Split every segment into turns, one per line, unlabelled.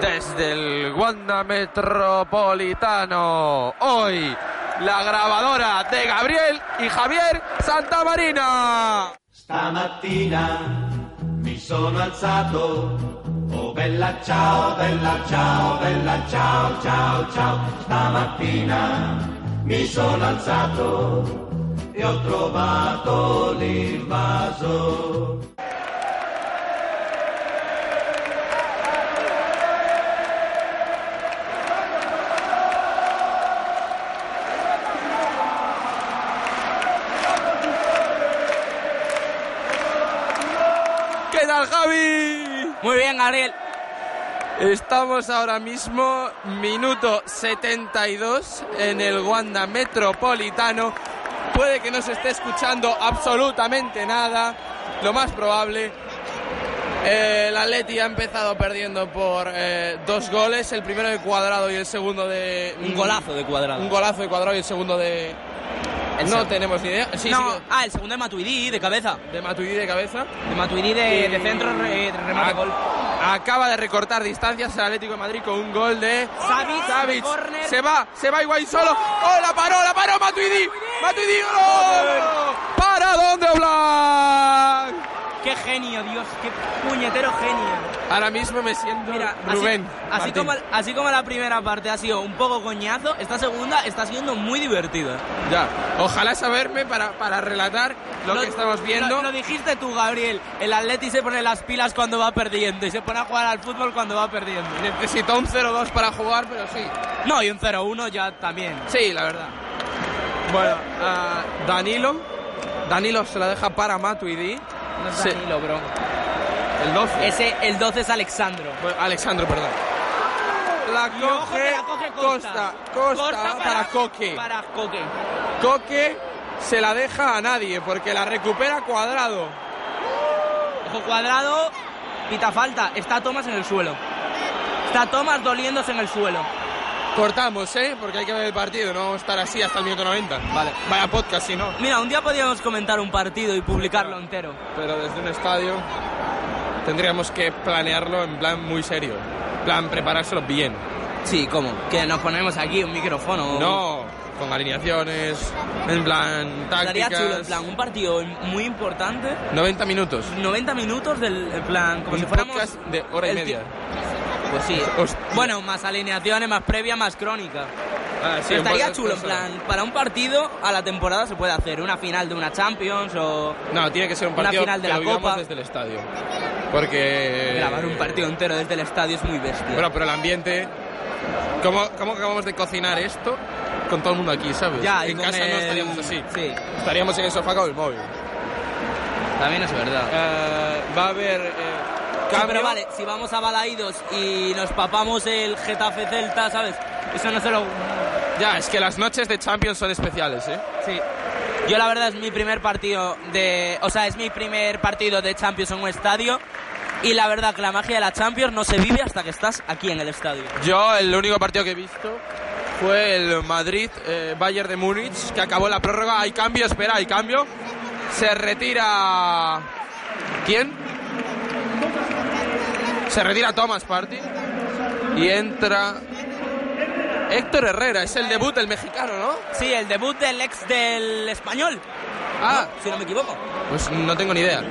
Desde el Wanda Metropolitano, hoy la grabadora de Gabriel y Javier Santamarina.
Stamattina mi sono alzato. Oh bella ciao, bella ciao, bella ciao, ciao, ciao. Stamattina mi sono alzato e ho trovato l'invaso.
¿Qué tal, Javi?
Muy bien, Gabriel.
Estamos ahora mismo, minuto 72, en el Wanda Metropolitano. Puede que no se esté escuchando absolutamente nada, lo más probable. Eh, El Atleti ha empezado perdiendo por eh, dos goles, el primero de Cuadrado y el segundo de... mm,
Un golazo de cuadrado.
Un golazo de Cuadrado y el segundo de...
El
no
seg-
tenemos ni idea. Sí,
no,
sí,
ah, el segundo de Matuidi, de cabeza.
de Matuidi de cabeza.
De Matuidi de, de centro, re- remate,
Ac-
gol.
Acaba de recortar distancias el Atlético de Madrid con un gol de
Savic, córner.
Se va, se va Higuaín solo. ¡Oh, la paró, la paró Matuidi! ¡Matuidi, gol! ¡Para dónde, Oblak!
¡Qué genio, Dios! ¡Qué puñetero genio!
Ahora mismo me siento
Mira, así-
Rubén
así,
Martín.
como, así como la primera parte ha sido un poco coñazo, esta segunda está siendo muy divertida.
Ya, ojalá saberme para, para relatar lo, que estamos viendo.
Lo, lo dijiste tú, Gabriel. El Atleti se pone las pilas cuando va perdiendo y se pone a jugar al fútbol cuando va perdiendo.
Necesitó un 0-2 para jugar, pero sí.
No, y un 0-1 ya también.
Sí, la verdad. Bueno, ah, Danilo. Danilo se la deja para Matuidi.
No es
Sí.
Danilo, bro.
El 12.
Ese, el 12 es Alexandro.
Bueno, Alexandro, perdón. La
Y ojo que
coge,
la coge
Costa. Costa, para, Coque.
Para Coque.
Coque se la deja a nadie porque la recupera Cuadrado.
Ojo cuadrado, pita falta. Está Tomás en el suelo. Está Tomás doliéndose en el suelo.
Cortamos, ¿eh? Porque hay que ver el partido, no vamos a estar así hasta el minuto 90. Vale. Vaya podcast, si no.
Mira, un día podríamos comentar un partido y publicarlo entero.
Pero desde un estadio tendríamos que planearlo en plan muy serio. En plan, preparárselo bien.
Sí, ¿cómo? Que nos ponemos aquí un micrófono.
No, con alineaciones, en plan
Estaría chulo, en
tácticas.
plan, un partido muy importante.
90 minutos.
90 minutos del en plan, como
Un
si fuéramos.
podcast de hora y
el
media.
ti- Pues sí.
Hostia.
Bueno, más alineaciones, más previa, más crónica.
Ah, sí,
Pero
un
estaría
podcast
chulo, en
personal.
plan, para un partido a la temporada se puede hacer una final de una Champions o
No, tiene que ser un
Una
partido
final de
que
la
lo vivamos
Copa.
desde el estadio. Porque...
grabar un partido entero desde el estadio es muy bestia.
Eh, Bueno, pero el ambiente... ¿Cómo, cómo acabamos de cocinar esto con todo el mundo aquí, sabes?
ya, y
en
con
casa no
el-
estaríamos así.
Sí,
Estaríamos en el sofá con el móvil.
también es verdad.
Eh, va a haber... eh,
Sí,
cambio.
pero vale, si vamos a Balaídos y nos papamos el Getafe Celta, ¿sabes? Eso no se lo...
Ya, es que las noches de Champions son especiales, ¿eh?
Sí. Yo la verdad es mi primer partido de... O sea, es mi primer partido de Champions en un estadio y la verdad que la magia de la Champions no se vive hasta que estás aquí en el estadio.
Yo el único partido que he visto fue el Madrid eh, Bayern de Múnich que acabó la prórroga. Hay cambio, espera, hay cambio. Se retira ¿Quién? Se retira Thomas Party y entra Héctor Herrera, es el debut del mexicano, ¿no?
Sí, el debut del ex del español,
Ah,
si no me equivoco.
pues no tengo ni idea.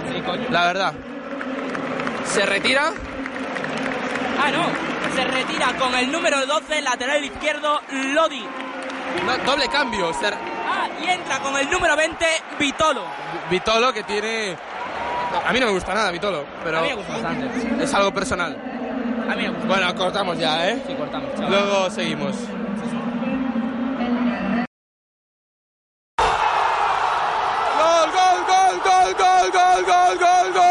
La verdad. Se retira
Ah, no. Se retira con el número 12, lateral izquierdo, Lodi.
no, doble cambio, se re-
Ah, y entra con el número 20, Vitolo.
Vitolo que tiene a mí no me gusta nada Vitolo, pero
A mí me gusta bastante.
es algo personal.
A mí me gusta.
Bueno, cortamos ya, ¿eh?
Sí, cortamos, chaval.
Luego seguimos. ¡Gol, gol, gol, gol, gol, gol, gol, gol, gol!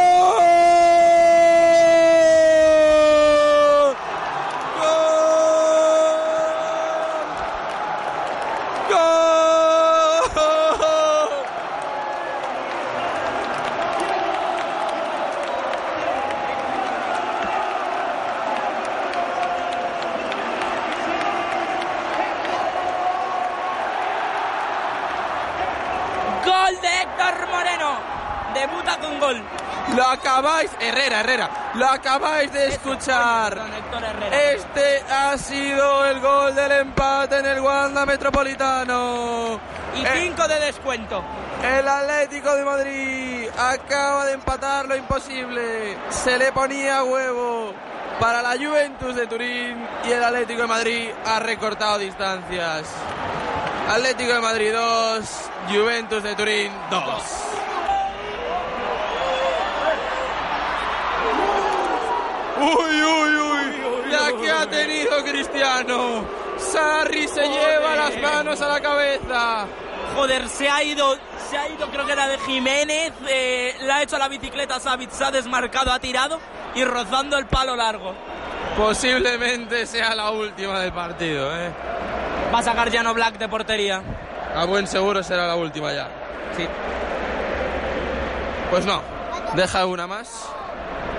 debuta con gol.
Lo acabáis, Herrera, Herrera, lo acabáis de escuchar.
Don Héctor Herrera.
Este ha sido el gol del empate en el Wanda Metropolitano.
Y
Eh,
5 de descuento.
El Atlético de Madrid acaba de empatar lo imposible. Se le ponía huevo para la Juventus de Turín y el Atlético de Madrid ha recortado distancias. Atlético de Madrid 2, Juventus de Turín 2. Uy, uy, uy, la que ha tenido Cristiano. Sarri se lleva las manos a la cabeza.
Joder, se ha ido, se ha ido, creo que era de Jiménez. eh, la ha hecho a la bicicleta Savic, se ha desmarcado, ha tirado y rozando el palo largo.
Posiblemente sea la última del partido, ¿eh?
Va a sacar Jano Black de portería.
A buen seguro será la última ya.
Sí.
Pues no, deja una más.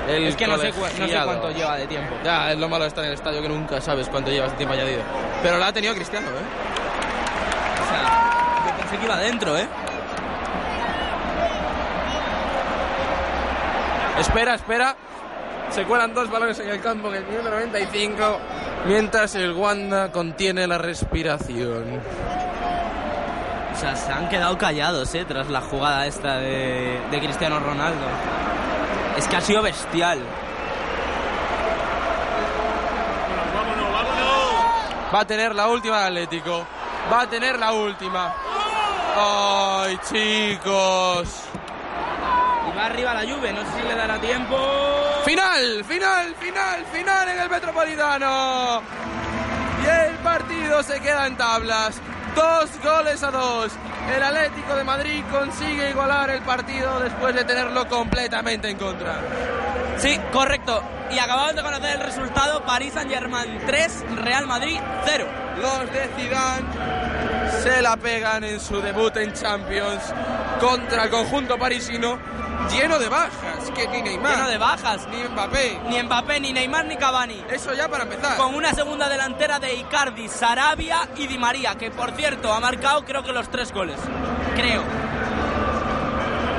El
Es que no sé, cua- no sé
colegiado.
cuánto lleva de tiempo.
Ya, es lo malo de estar en el estadio que nunca sabes cuánto llevas de tiempo añadido. Pero la ha tenido Cristiano, ¿eh?
O sea, yo pensé que iba adentro, ¿eh?
Espera, espera. Se cuelan dos balones en el campo en el minuto 95 mientras el Wanda contiene la respiración.
O sea, se han quedado callados, ¿eh? Tras la jugada esta de, de Cristiano Ronaldo. Es que ha sido bestial.
Va a tener la última el Atlético. Va a tener la última. ¡Ay, chicos!
Y va arriba la Juve, no sé si le dará tiempo.
Final, final, final, final en el Metropolitano. Y el partido se queda en tablas. Dos goles a dos. El Atlético de Madrid consigue igualar el partido después de tenerlo completamente en contra.
Sí, correcto. Y acabamos de conocer el resultado. París Saint-Germain 3, Real Madrid 0.
Los de Zidane se la pegan en su debut en Champions contra el conjunto parisino lleno de bajas. Que ni Neymar,
Lleno de bajas.
ni Mbappé.
Ni Mbappé, ni Neymar, ni Cavani.
Eso ya para empezar.
Con una segunda delantera de Icardi, Sarabia y Di María, que por cierto ha marcado creo que los tres goles. Creo.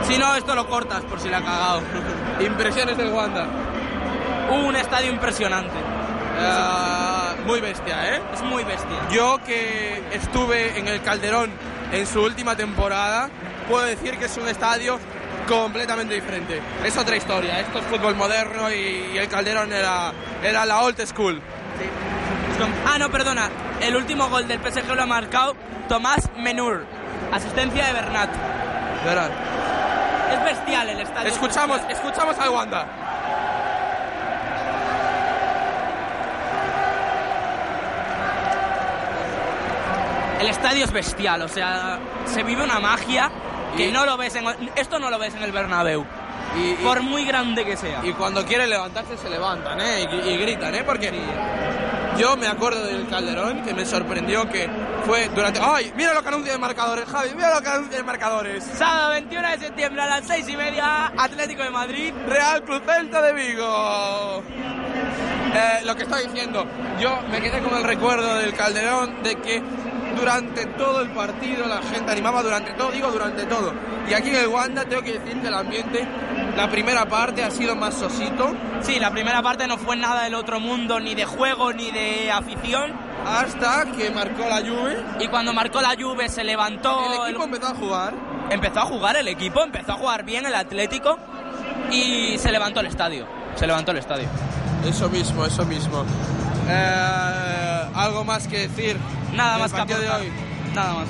Si no, esto lo cortas por si le ha cagado.
Impresiones del Wanda.
Un estadio impresionante.
Ah, muy bestia, ¿eh?
Es muy bestia.
Yo que estuve en el Calderón en su última temporada, puedo decir que es un estadio completamente diferente. Es otra historia, esto es fútbol moderno y, y el Calderón era, era la old school.
Ah, no, perdona. El último gol del PSG lo ha marcado Tomás Menur. Asistencia de Bernat.
de verdad.
Es bestial el estadio.
Escuchamos, escuchamos al Wanda.
El estadio es bestial, o sea, se vive una magia que
Y-
no lo ves en esto no lo ves en el Bernabéu,
Y, y-
por muy grande que sea.
y cuando quieren levantarse se levantan, ¿eh? Y, y gritan, ¿eh? Porque yo me acuerdo del Calderón que me sorprendió que fue durante... ¡Ay! Mira lo que anuncia de marcadores, Javi, mira lo que anuncia de marcadores.
Sábado 21 de septiembre a las 6 y media, Atlético de Madrid.
Real Club Celta de Vigo. Eh, lo que está diciendo, yo me quedé con el recuerdo del Calderón de que durante todo el partido la gente animaba, durante todo, digo durante todo. Y aquí en el Wanda tengo que decir que el ambiente, la primera parte ha sido más sosito
Sí, la primera parte no fue nada del otro mundo, ni de juego, ni de afición.
hasta que marcó la Juve.
Y cuando marcó la Juve se levantó.
El equipo empezó a jugar.
Empezó a jugar el equipo, empezó a jugar bien el Atlético y se levantó el estadio. Se levantó el estadio.
Eso mismo, eso mismo. Eh, algo más que decir.
Nada
del
más que
partido de
aportar.
hoy.
Nada más.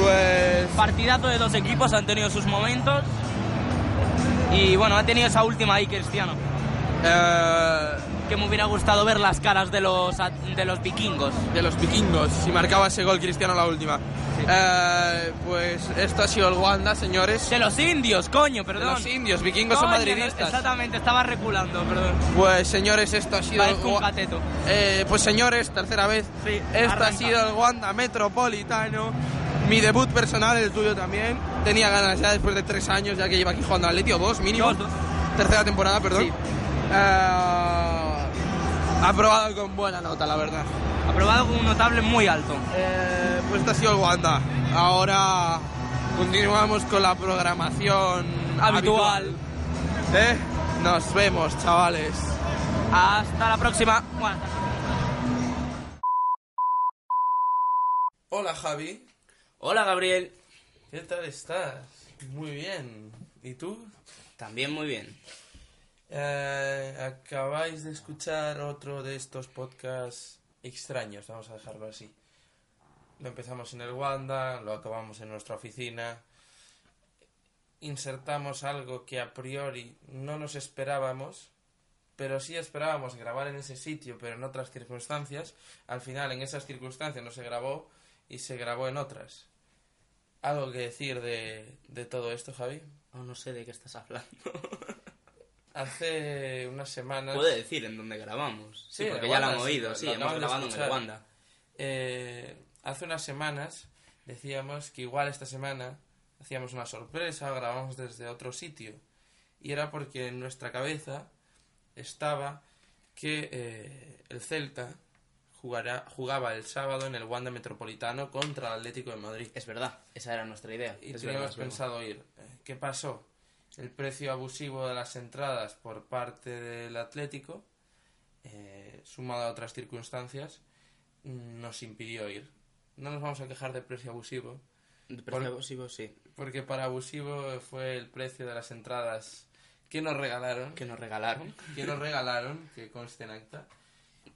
Pues
Partidazo de dos equipos, han tenido sus momentos. Y bueno, ha tenido esa última ahí Cristiano.
eh,
Que me hubiera gustado ver las caras de los, at- de los vikingos.
de los vikingos si marcaba ese gol Cristiano la última. Eh, pues esto ha sido el Wanda, señores.
De los indios, coño,
De
perdón.
los indios, vikingos son
Coño,
madridistas.
Exactamente, estaba reculando, perdón.
Pues señores, esto ha sido... el
Parezco un
Gua-
cateto.
Eh, pues señores, tercera vez.
Sí,
esto ha
arranca.
sido el Wanda Metropolitano. Mi debut personal, el tuyo también. Tenía ganas ya después de tres años, ya que lleva aquí jugando al Atleti, o dos mínimo.
Dos, dos.
Tercera temporada, perdón.
Sí.
Eh, aprobado con buena nota, la verdad.
Aprobado con un notable muy alto.
Eh, pues este ha sido el Wanda. Ahora continuamos con la programación
habitual.
¿Eh? Nos vemos, chavales.
Hasta la próxima. Buenas tardes.
Hola, Javi.
Hola Gabriel.
¿Qué tal estás? Muy bien. ¿Y tú?
También muy bien.
Eh, acabáis de escuchar otro de estos podcasts extraños, vamos a dejarlo así. Lo empezamos en el Wanda, lo acabamos en nuestra oficina. Insertamos algo que a priori no nos esperábamos, pero sí esperábamos grabar en ese sitio, pero en otras circunstancias. Al final, en esas circunstancias no se grabó y se grabó en otras. ¿Algo que decir de, de todo esto, Javi?
Oh, no sé de qué estás hablando.
Hace unas semanas...
Puede decir en dónde grabamos. Sí,
Sí,
porque
en
ya lo
Wanda,
hemos
sí,
oído, sí,
lo
hemos
acaban de
grabado en el
escuchar.
Wanda.
Eh, hace unas semanas decíamos que igual esta semana hacíamos una sorpresa, grabamos desde otro sitio. Y era porque en nuestra cabeza estaba que eh, el Celta jugará, jugaba el sábado en el Wanda Metropolitano contra el Atlético de Madrid.
Es verdad, esa era nuestra idea.
Y
es verdad,
teníamos
es verdad.
pensado ir. Eh, ¿Qué pasó? El precio abusivo de las entradas por parte del Atlético, eh, sumado a otras circunstancias, mm, nos impidió ir. No nos vamos a quejar del precio abusivo,
De precio
Por-
abusivo, sí.
porque para abusivo fue el precio de las entradas que nos regalaron,
Que nos regalaron
que nos regalaron, que conste en acta,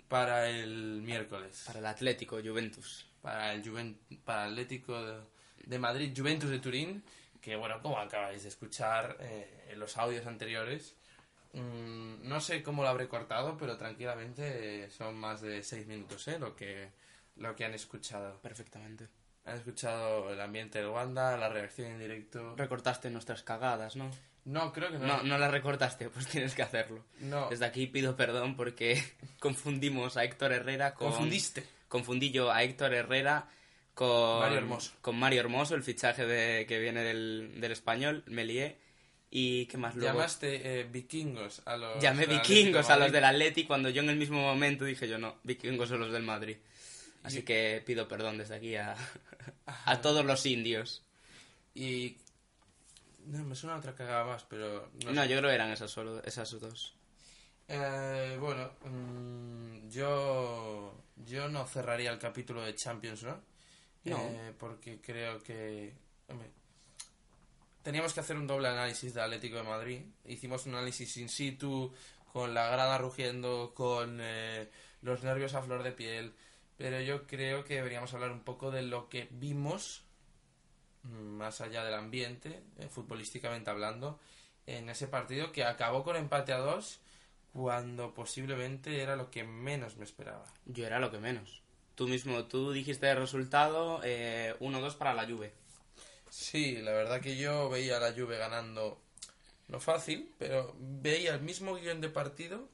para el miércoles,
para el Atlético Juventus.
para el, Juven- para el Atlético de, de Madrid, Juventus de Turín, que bueno, como acabáis de escuchar eh, en los audios anteriores, mm, no sé cómo lo habré cortado, pero tranquilamente eh, son más de seis minutos eh, lo, que, lo que han escuchado.
Perfectamente.
Han escuchado el ambiente del Wanda, la reacción en directo.
Recortaste nuestras cagadas, ¿no?
No, creo que no.
No, no las recortaste, pues tienes que hacerlo.
No.
Desde aquí pido perdón porque confundimos a Héctor Herrera con...
Confundiste.
Confundí yo a Héctor Herrera con...
Mario Hermoso.
Con Mario Hermoso, el fichaje de- que viene del, del español, me lié. ¿Y qué más luego?
Llamaste eh, vikingos a los.
Llamé
del
vikingos
Atlético
a
de
los
Madrid.
del Atleti cuando yo en el mismo momento dije yo no, vikingos son los del Madrid. Así
Y-
que pido perdón desde aquí a, a todos los indios.
Y. No, me suena otra cagada más, pero.
No,
sé.
yo creo que eran esas solo, esas dos.
Eh, bueno, mm, yo, yo no cerraría el capítulo de Champions, ¿no?
No.
Eh, porque creo que... hombre, teníamos que hacer un doble análisis de Atlético de Madrid. Hicimos un análisis in situ, con la grada rugiendo, con eh, los nervios a flor de piel. Pero yo creo que deberíamos hablar un poco de lo que vimos, mm, más allá del ambiente, eh, futbolísticamente hablando, en ese partido que acabó con empate a dos cuando posiblemente era lo que menos me esperaba.
Yo era lo que menos. Tú mismo, tú dijiste el resultado eh, 1-2 para la Juve.
Sí, la verdad que yo veía a la Juve ganando, no fácil, pero veía el mismo guión de partido,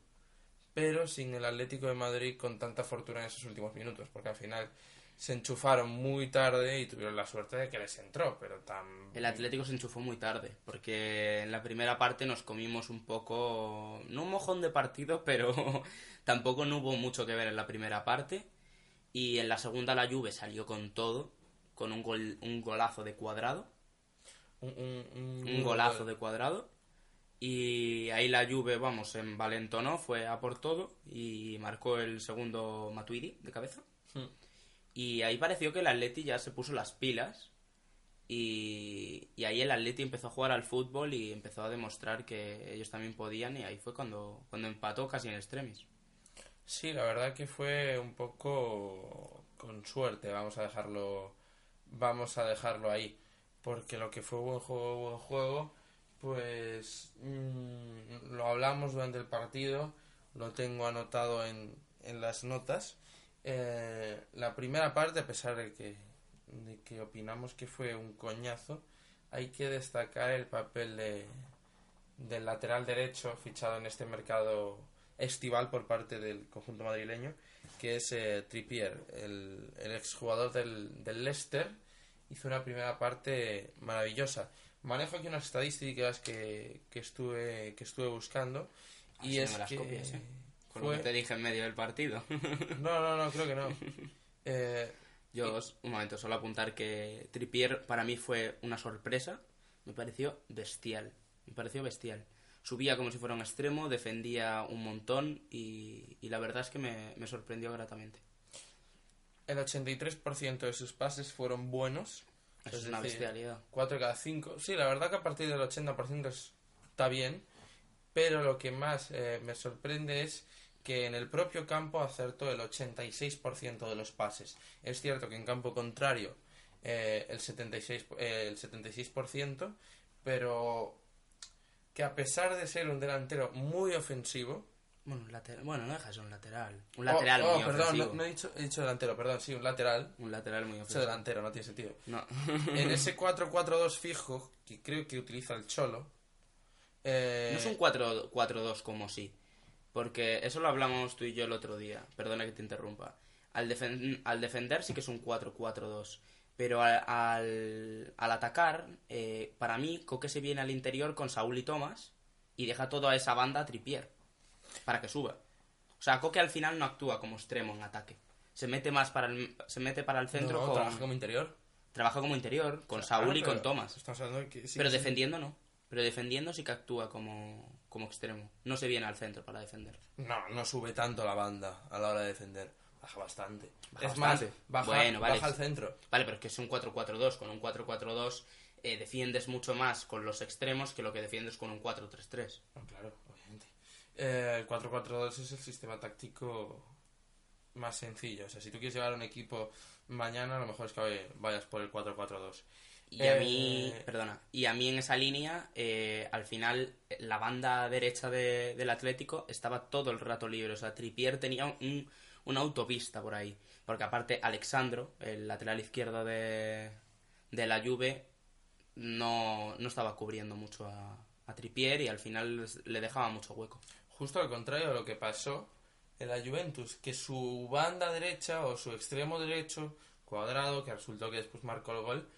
pero sin el Atlético de Madrid con tanta fortuna en esos últimos minutos, porque al final se enchufaron muy tarde y tuvieron la suerte de que les entró, pero tan...
El Atlético se enchufó muy tarde, porque en la primera parte nos comimos un poco, no un mojón de partido, pero tampoco no hubo mucho que ver en la primera parte. Y en la segunda la Juve salió con todo, con un, gol, un golazo de cuadrado,
Un, un- un-
un golazo de cuadrado. Y ahí la Juve, vamos, en Valentonó fue a por todo y marcó el segundo Matuidi de cabeza.
Hmm.
Y ahí pareció que el Atleti ya se puso las pilas. Y, y ahí el Atleti empezó a jugar al fútbol y empezó a demostrar que ellos también podían. Y ahí fue cuando, cuando empató casi en extremis.
Sí, la verdad que fue un poco con suerte, vamos a dejarlo, vamos a dejarlo ahí, porque lo que fue buen juego, buen juego, pues mm, lo hablamos durante el partido, lo tengo anotado en, en las notas. Eh, la primera parte, a pesar de que, de que opinamos que fue un coñazo, hay que destacar el papel de, del lateral derecho fichado en este mercado estival por parte del conjunto madrileño, que es eh, Trippier, el, el exjugador del, del Leicester, hizo una primera parte maravillosa. Manejo aquí unas estadísticas que, que estuve que estuve buscando y
Así
es
me las
que
copias, ¿eh? Con lo
fue-
que te dije en medio del partido.
no, no, no, creo que no. Eh,
Yo, os- un momento, solo apuntar que Trippier para mí fue una sorpresa. Me pareció bestial. Me pareció bestial. Subía como si fuera un extremo, defendía un montón y, y la verdad es que me, me sorprendió gratamente.
El 83% de sus pases fueron buenos.
Eso es,
Es
una
decir,
bestialidad.
4 cada 5. Sí, la verdad que a partir del 80% es- está bien, pero lo que más eh, me sorprende es que en el propio campo acertó el 86% de los pases. Es cierto que en campo contrario eh, el, 76, eh, el 76%, pero que a pesar de ser un delantero muy ofensivo...
Bueno, un lateral, bueno, no deja de ser un lateral. Un
Oh,
lateral
oh,
muy
perdón, no,
ofensivo.
no he, dicho, he dicho delantero, perdón, sí, un lateral.
Un lateral muy
He dicho
ofensivo.
delantero, no tiene sentido.
No.
En ese 4-4-2 fijo, que creo que utiliza el Cholo. eh,
No es un 4-4-2 como sí. Porque eso lo hablamos tú y yo el otro día. Perdona que te interrumpa. Al, defen- al defender sí que es un 4-4-2. Pero al, al, al atacar, eh, para mí, Coque se viene al interior con Saúl y Tomás y deja toda esa banda a Tripier para que suba. O sea, Coque al final no actúa como extremo en ataque. Se mete más para el, se mete para el centro,
no,
con-
trabaja como interior.
trabaja como interior, con Saúl
Ah,
y con
pero
Tomás.
estamos hablando de que sí,
pero
sí.
defendiendo no. Pero defendiendo sí que actúa como, como extremo. No se viene al centro para defender.
No, no sube tanto la banda a la hora de defender. Baja bastante.
Baja
es
bastante.
más, baja,
Bueno, vale.
baja al centro.
Vale, pero es que es un 4-4-2. Con un 4-4-2 eh, defiendes mucho más con los extremos que lo que defiendes con un 4-3-3.
No, claro, obviamente. Eh, el 4-4-2 es el sistema táctico más sencillo. O sea, si tú quieres llevar un equipo mañana, a lo mejor es que oye, vayas por el 4-4-2.
Y a
Eh,
mí, perdona, y a mí en esa línea, eh, al final, eh, la banda derecha de- del Atlético estaba todo el rato libre. O sea, Tripier tenía un, una autopista por ahí. Porque aparte, Alexandro, el lateral izquierdo de, de la Juve, no, no estaba cubriendo mucho a, a Tripier y al final le dejaba mucho hueco.
Justo al contrario de lo que pasó en la Juventus, que su banda derecha o su extremo derecho, cuadrado, que resultó que después marcó el gol,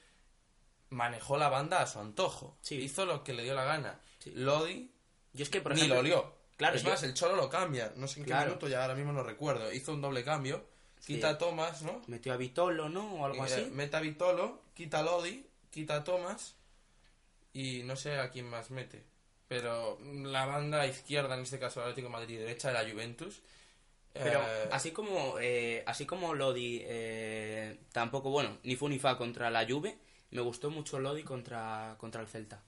manejó la banda a su antojo.
Sí.
Hizo lo que le dio la gana.
Sí.
Lodi
Yo es que, por
ni
ejemplo,
lo olió.
Claro,
es
yo-
más, el Cholo lo cambia. No sé en qué
Claro.
minuto, ya ahora mismo no recuerdo. Hizo un doble cambio.
Sí.
Quita a Thomas, ¿no?
metió a Vitolo, ¿no? O algo
Eh,
así.
Mete a Vitolo, quita a Lodi, quita a Thomas y no sé a quién más mete. Pero la banda izquierda, en este caso el Atlético de Madrid, y derecha de la Juventus.
Pero
eh,
así como eh, así como Lodi eh, tampoco, bueno, ni fu ni fa contra la Juve, me gustó mucho Lodi contra, contra el Celta.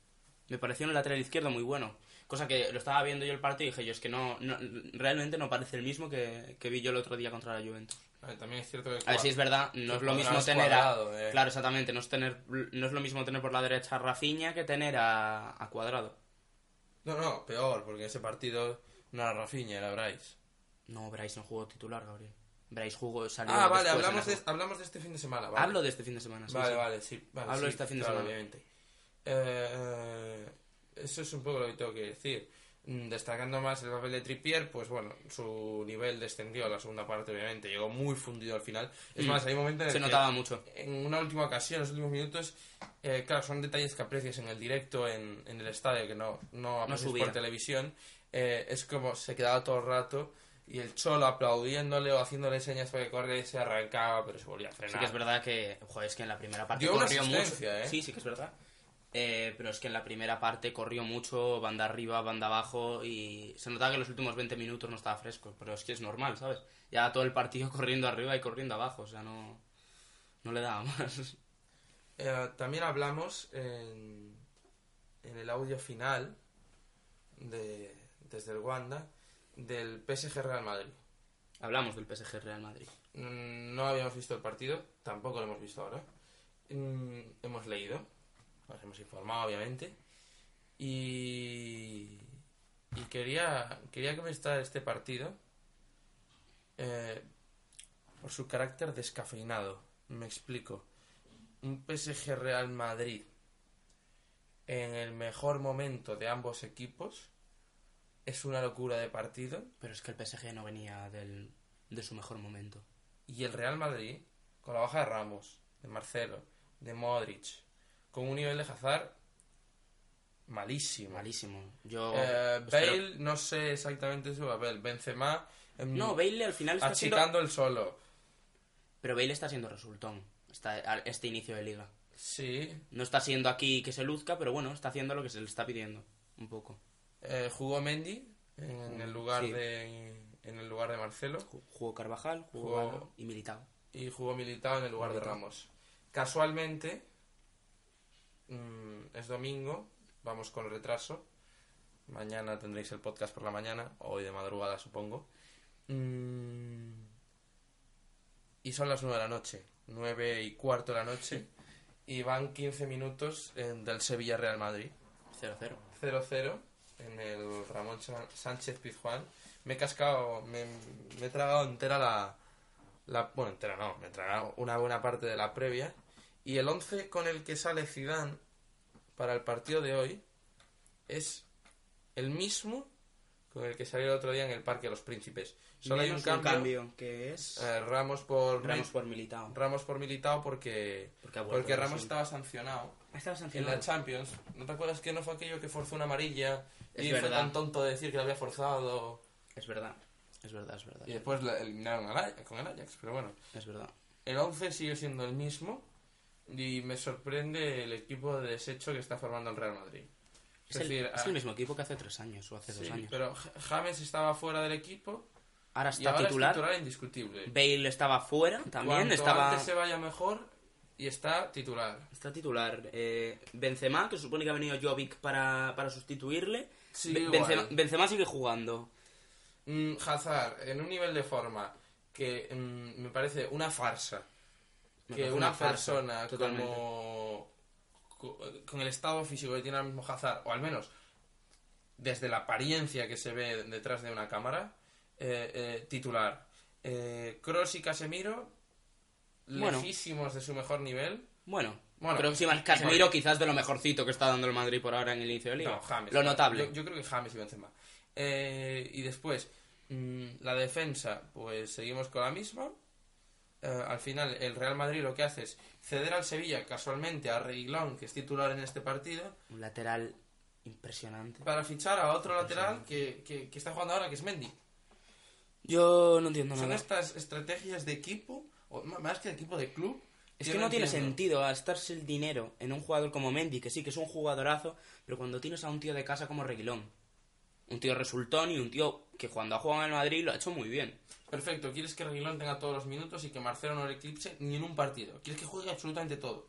Me pareció un lateral izquierdo muy bueno. Cosa que lo estaba viendo yo el partido y dije yo, es que no, no- realmente no parece el mismo que, que vi yo el otro día contra la Juventus.
eh, también es cierto que.
A ver si es verdad, no
que
es lo mismo
cuadrado es
tener a...
cuadrado, eh.
Claro, exactamente, no es, tener, no es lo mismo tener por la derecha a Rafinha que tener a, a Cuadrado.
No, no, peor, porque ese partido no era Rafinha, era Bryce.
No, Bryce no jugó titular, Gabriel. Bryce jugó, salió
Ah, vale,
después en la
hablamos de,
jugada.
hablamos de este fin de semana. Vale.
Hablo de este fin de semana. sí,
vale,
sí.
vale, sí. vale,
Hablo
sí,
este fin de
claro,
semana.
Obviamente. Eh, eso es un poco lo que tengo que decir. Mm, Destacando más el papel de Trippier, pues bueno, su nivel descendió a la segunda parte, obviamente. Llegó muy fundido al final. Es
Mm.
más, hay momentos en
Se
el que-
notaba mucho.
en una última ocasión, en los últimos minutos, eh, claro, son detalles que aprecias en el directo, en, en el estadio, que no, no aprecias
subía.
por televisión. Eh, es como se quedaba todo el rato y el cholo aplaudiéndole o haciéndole señas para que corre, se arrancaba, pero se volvía a frenar.
Sí que es verdad que, joder, es que en la primera parte
Dio una
corrió mucho.
asistencia, ¿eh?
Sí, sí que es verdad. Eh, pero es que en la primera parte corrió mucho, banda arriba, banda abajo, y se notaba que los últimos 20 minutos no estaba fresco, pero es que es normal, ¿sabes? Ya todo el partido corriendo arriba y corriendo abajo, o sea, no, no le daba más.
Eh, también hablamos en, en el audio final de, desde el Wanda del PSG Real Madrid.
Hablamos del PSG Real Madrid.
Mm, No habíamos visto el partido, tampoco lo hemos visto ahora. Mm, Hemos leído, nos hemos informado, obviamente. Y, y quería, quería comentar este partido eh, por su carácter descafeinado. Me explico. Un PSG Real Madrid en el mejor momento de ambos equipos es una locura de partido.
Pero es que el PSG no venía del, de su mejor momento.
Y el Real Madrid, con la baja de Ramos, de Marcelo, de Modric, con un nivel de Hazard malísimo.
Malísimo. Yo.
Eh,
espero-
Bale, no sé exactamente su papel. Benzema, em,
No, Bale al final está siendo-
achicando el solo.
Pero Bale está siendo resultón. Está, este inicio de liga.
Sí,
No está siendo aquí que se luzca, pero bueno, está haciendo lo que se le está pidiendo. un poco.
Eh, jugó Mendy en el lugar
Sí.
de en el lugar de Marcelo
Ju- Jugó Carvajal, jugó,
Jugó-
Barro y Militao.
y jugó Militao en el lugar de Ramos. Casualmente mm, es domingo, vamos con retraso. Mañana tendréis el podcast por la mañana, hoy de madrugada supongo. Mm, y son las nueve de la noche, nueve y cuarto de la noche, y van 15 minutos eh, del Sevilla Real Madrid.
0-0.
0-0 en el Ramón Sa- Sánchez Pizjuán. Me he cascado, me, me he tragado entera la, la- Bueno, entera no, me he tragado una buena parte de la previa. Y el 11 con el que sale Zidane para el partido de hoy es el mismo con el que salió el otro día en el Parque de los Príncipes. Solo hay un
Menos
cambio.
que es
eh, Ramos por
Ramos por Militao.
Ramos por Militao porque,
Porque ha vuelto
porque
de
Ramos
lesión.
estaba sancionado
Ha estado
en la
sancionado.
Champions. ¿No te acuerdas que no fue aquello que forzó una amarilla
Es
y fue
verdad.
tan tonto de decir que la había forzado
Es verdad, es verdad, es verdad.
y después la eliminaron al Aj- con el Ajax? Pero bueno,
Es verdad.
el 11 sigue siendo el mismo y me sorprende el equipo de deshecho que está formando el Real Madrid.
Es, el,
decir,
es
ah,
el mismo equipo que hace tres años o hace
sí,
dos años.
pero Ja- James estaba fuera del equipo
ahora
y
está
ahora
titular.
es titular indiscutible.
Bale estaba fuera también.
Cuanto
estaba...
antes se vaya mejor y está titular.
Está titular eh, Benzema, que se supone que ha venido Jovic para, para sustituirle.
Sí,
Be-
igual.
Benzema, Benzema sigue jugando.
Mm, Hazard, en un nivel de forma que mm, me parece una farsa.
Me
que
parece
una,
una farsa,
persona
totalmente.
como co- con el estado físico que tiene ahora mismo Hazard, o al menos desde la apariencia que se ve detrás de una cámara, eh, eh, titular. Cross y Casemiro,
Bueno.
lejísimos de su mejor nivel.
Bueno,
Bueno,
creo que si van Casemiro quizás de lo mejorcito que está dando el Madrid por ahora en el inicio de liga.
No, James.
lo notable.
Yo, yo creo que James y Benzema. Eh, y después, mm, la defensa, pues seguimos con la misma. Eh, al final, el Real Madrid lo que hace es ceder al Sevilla casualmente a Reguilón, que es titular en este partido,
Un lateral impresionante.
para fichar a otro
Pues
lateral que, que- que está jugando ahora, que es Mendy.
Yo no entiendo
Son
nada.
estas estrategias de equipo, o ma- más que de equipo de club.
Es
yo
que no tiene
entiendo.
sentido gastarse el dinero en un jugador como Mendy, que sí, que es un jugadorazo, pero cuando tienes a un tío de casa como Reguilón. Un tío resultón y un tío que cuando ha jugado en el Madrid lo ha hecho muy bien.
Perfecto, quieres que Reguilón tenga todos los minutos y que Marcelo no le eclipse ni en un partido. Quieres que juegue absolutamente todo.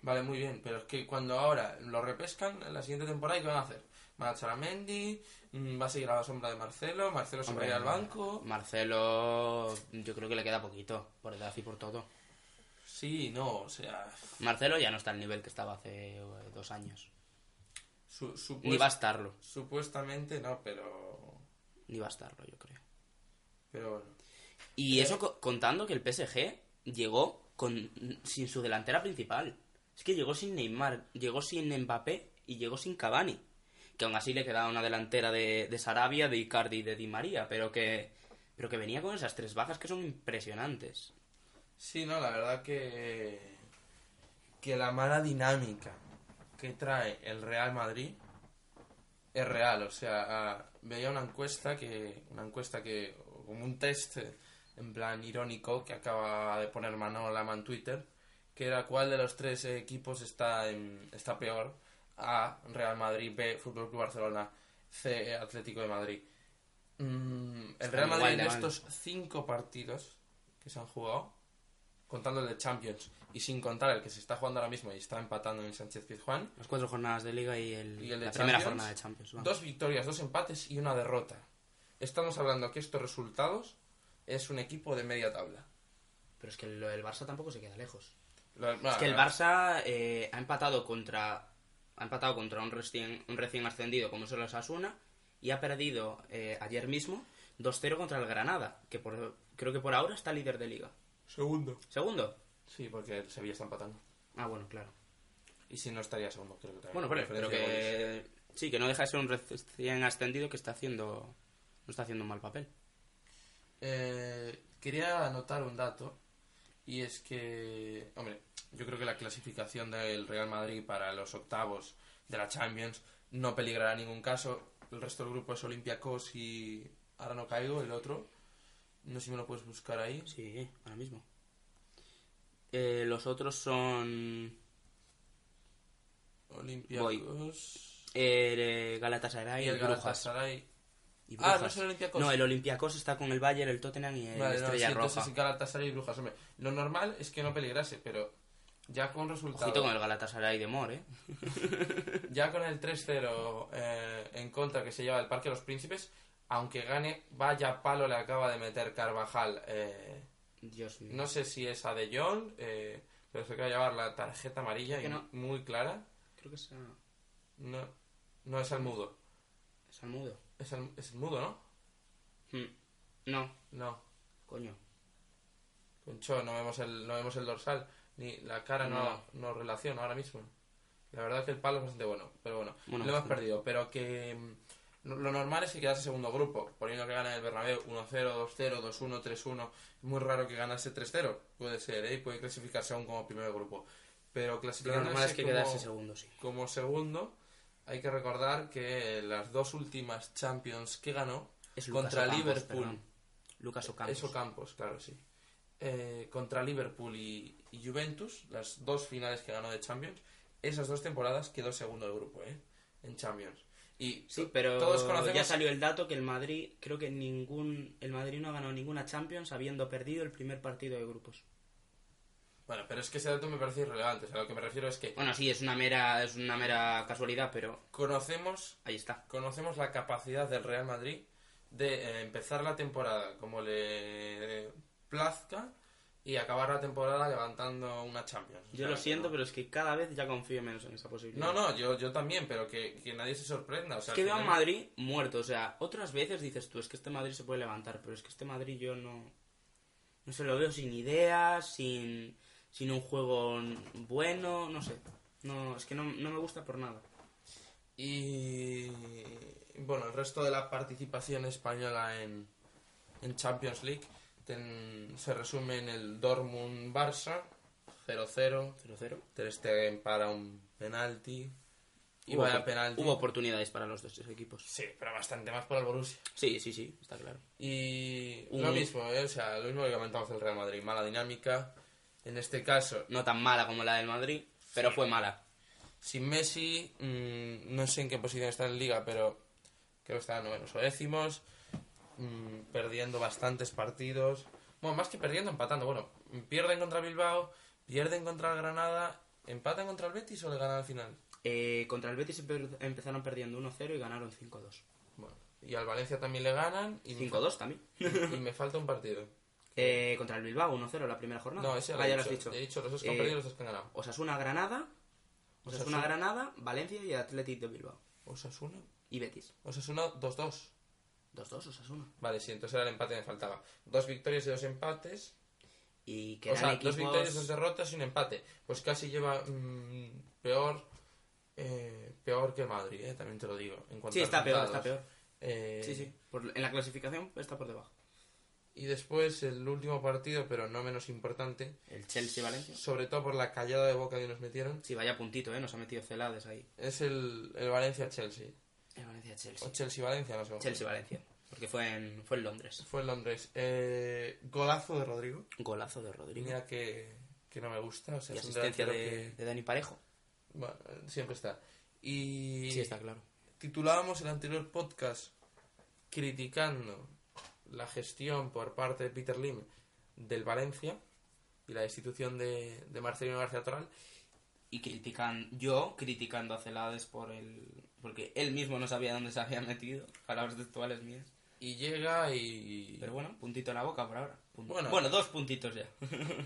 Vale, muy bien, pero es que cuando ahora lo repescan, en la siguiente temporada, ¿qué van a hacer? Van a echar a Mendy, mm, va a seguir a la sombra de Marcelo, Marcelo se va a ir al banco.
Marcelo, yo creo que le queda poquito, por edad y por todo.
Sí, no, o sea,
Marcelo ya no está al nivel que estaba hace eh, dos años.
su- supuest-
Ni va a estarlo,
supuestamente no, pero,
ni va a estarlo, yo creo.
pero bueno.
Y eso co- contando que el PSG llegó con, sin su delantera principal. Es que llegó sin Neymar, llegó sin Mbappé y llegó sin Cavani. Que aún así le quedaba una delantera de, de Sarabia, de Icardi y de Di María, pero que, pero que venía con esas tres bajas que son impresionantes.
Sí, no, la verdad que. que la mala dinámica que trae el Real Madrid es real. O sea, ah, veía una encuesta que. una encuesta que. como un test en plan irónico que acaba de poner Manolo Lama en Twitter, que era cuál de los tres equipos está, en- está peor. A, Real Madrid, B, Fútbol Club Barcelona, C, Atlético de Madrid. Mm, el
Están
Real Madrid
igual
en
de mal.
estos cinco partidos que se han jugado, contando el de Champions y sin contar el que se está jugando ahora mismo y está empatando en el Sánchez Pizjuán,
Las cuatro jornadas de Liga y, el,
Y el de
la primera
Champions,
jornada de Champions. vamos.
dos victorias, dos empates y una derrota. Estamos hablando que estos resultados es un equipo de media tabla.
Pero es que lo del Barça tampoco se queda lejos.
Lo-
Es que el
bueno,
Barça eh, ha empatado contra ha empatado contra un recién, un recién ascendido como es el Osasuna y ha perdido eh, ayer mismo 2-0 contra el Granada, que por, creo que por ahora está líder de liga.
Segundo.
¿Segundo?
Sí, porque el Sevilla está empatando.
Ah, bueno, claro.
Y si no estaría segundo, creo que también.
Bueno,
Por
pero, pero
diferencia de goles.
que sí, que no deja de ser un recién ascendido que está haciendo no está haciendo un mal papel.
Eh, quería anotar un dato y es que, hombre, yo creo que la clasificación del Real Madrid para los octavos de la Champions no peligrará en ningún caso. El resto del grupo es Olympiacos y ahora no caigo, el otro. No sé si me lo puedes buscar ahí.
Sí, ahora mismo. Eh, los otros son
Olympiacos.
el eh, Galatasaray
Y
y
el
el Brujas.
Galatasaray.
Y
Ah,
Brujas.
no es el Olympiacos.
No, el Olympiacos está con el Bayern, el Tottenham y el
Vale, no, sí,
Estrella Roja.
entonces sí, Galatasaray y Brujas. Hombre, lo normal es que no peligrase, pero ya con resultado.
Ojito con el Galatasaray de Mor, ¿eh?
Ya con el 3-0 eh, en contra que se lleva el Parque de los Príncipes, aunque gane, vaya palo le acaba de meter Carvajal. eh,
Dios mío.
no sé si es a De Jong, eh, pero se acaba de llevar la tarjeta amarilla
Creo que
y
no.
muy clara.
Creo que es, a-
No, no es al mudo.
es al mudo.
Es al, es al mudo, ¿no?
Hmm. No,
No.
coño.
Concho, no vemos el, no vemos el dorsal, ni la cara no,
No.
no relaciona ahora mismo. La verdad es que el palo es bastante bueno, pero bueno,
Bueno,
lo hemos
bastante.
perdido. Pero que mm, lo normal es que quedase segundo grupo, poniendo que gana el Bernabéu 1-0, 2-0, 2-1, 3-1. Es muy raro que ganase 3-0, puede ser, ¿eh? Y puede clasificarse aún como primer grupo. Pero
Lo
clasificándose
normal es que
como-
quedase segundo, sí.
como segundo, hay que recordar que las dos últimas Champions que ganó
Es Lucas
contra
Ocampos,
Liverpool. Eh,
perdón. Lucas Ocampos.
Eso Campos, claro, sí. Eh, contra Liverpool y, y Juventus, las dos finales que ganó de Champions, esas dos temporadas quedó segundo del grupo, ¿eh? En Champions. Y
Sí,
to-
pero
todos conocemos...
ya salió el dato que el Madrid, creo que ningún, el Madrid no ha ganado ninguna Champions habiendo perdido el primer partido de grupos.
Bueno, pero es que ese dato me parece irrelevante. O sea, lo que me refiero es que
Bueno, sí, es una mera, es una mera casualidad, pero
conocemos
ahí está.
conocemos la capacidad del Real Madrid de eh, empezar la temporada como le plazca y acabar la temporada levantando una Champions. O
Yo
sea,
lo
que
siento,
no.
pero es que cada vez ya confío menos en esa posibilidad.
No, no, yo, yo también, pero que, que nadie se sorprenda. O sea,
Es que
al
veo a
final-
Madrid muerto, o sea, otras veces dices tú, es que este Madrid se puede levantar, pero es que este Madrid yo no... No se lo veo sin ideas, sin, sin un juego bueno, no sé. No, es que no, no me gusta por nada.
Y bueno, el resto de la participación española en, en Champions League ten- se resume en el Dortmund-Barça 0-0,
0-0.
Ter Stegen para un penalti y
Hubo
vaya
opor-
penalti.
Hubo oportunidades para los dos equipos.
Sí, pero bastante más por el Borussia.
Sí, sí, sí, está claro.
Y
Y-
lo mismo, ¿eh? o sea, lo mismo que comentamos del Real Madrid, mala dinámica. En este caso,
No tan mala como la del Madrid, pero fue mala.
sin Messi, mm, no sé en qué posición está en Liga, pero creo que está novenos o décimos, mm, perdiendo bastantes partidos. Bueno, más que perdiendo, empatando. Bueno, pierden contra Bilbao, pierden contra el Granada, empatan contra el Betis o le ganan al final.
Eh, contra el Betis empe- empezaron perdiendo 1-0 y ganaron 5-2.
Bueno, y al Valencia también le ganan y, me,
5-2 también.
y me falta un partido.
Eh, contra el Bilbao 1-0 la primera jornada.
No, ese lo
Ah,
he dicho.
ya lo has dicho.
He dicho los dos que han
Eh,
perdido y los dos que han ganado.
Osasuna Granada, Osasuna
Osasuna.
Granada, Valencia y Athletic de Bilbao.
Osasuna,
Y Betis.
Osasuna 2-2.
2-2 Osasuna.
Vale, sí, entonces era el empate que me faltaba. Dos victorias y dos empates.
Y que
O
eran
sea, dos
equipos...
victorias, dos derrotas y un empate. Pues casi lleva mm, peor eh, peor que Madrid, eh, también te lo digo. En cuanto
Sí,
a
está peor, está
resultados.
peor.
Eh,
Sí, sí. Por- en la clasificación está por debajo.
Y después el último partido, pero no menos importante,
El Chelsea-Valencia.
sobre todo por la callada de boca que nos metieron,
Sí, vaya puntito, ¿eh? Nos ha metido Celades ahí.
es el, el Valencia-Chelsea.
El Valencia-Chelsea.
O Chelsea-Valencia, no sé. cómo.
Chelsea-Valencia. Porque fue en, fue en Londres.
Fue en Londres. Eh, golazo de Rodrigo.
Golazo de Rodrigo.
Mira que, que no me gusta. O sea,
y
es un
asistencia de,
delantero que-
de Dani Parejo.
Bueno, siempre está. Y
Sí, está claro.
titulábamos el anterior podcast criticando la gestión por parte de Peter Lim del Valencia y la destitución de, de Marcelino García Toral.
Y critican, yo criticando a Celades por el. Porque él mismo no sabía dónde se había metido. Palabras textuales mías.
Y llega y,
Pero bueno, puntito en la boca por ahora. Punto.
Bueno.
Bueno, dos puntitos ya.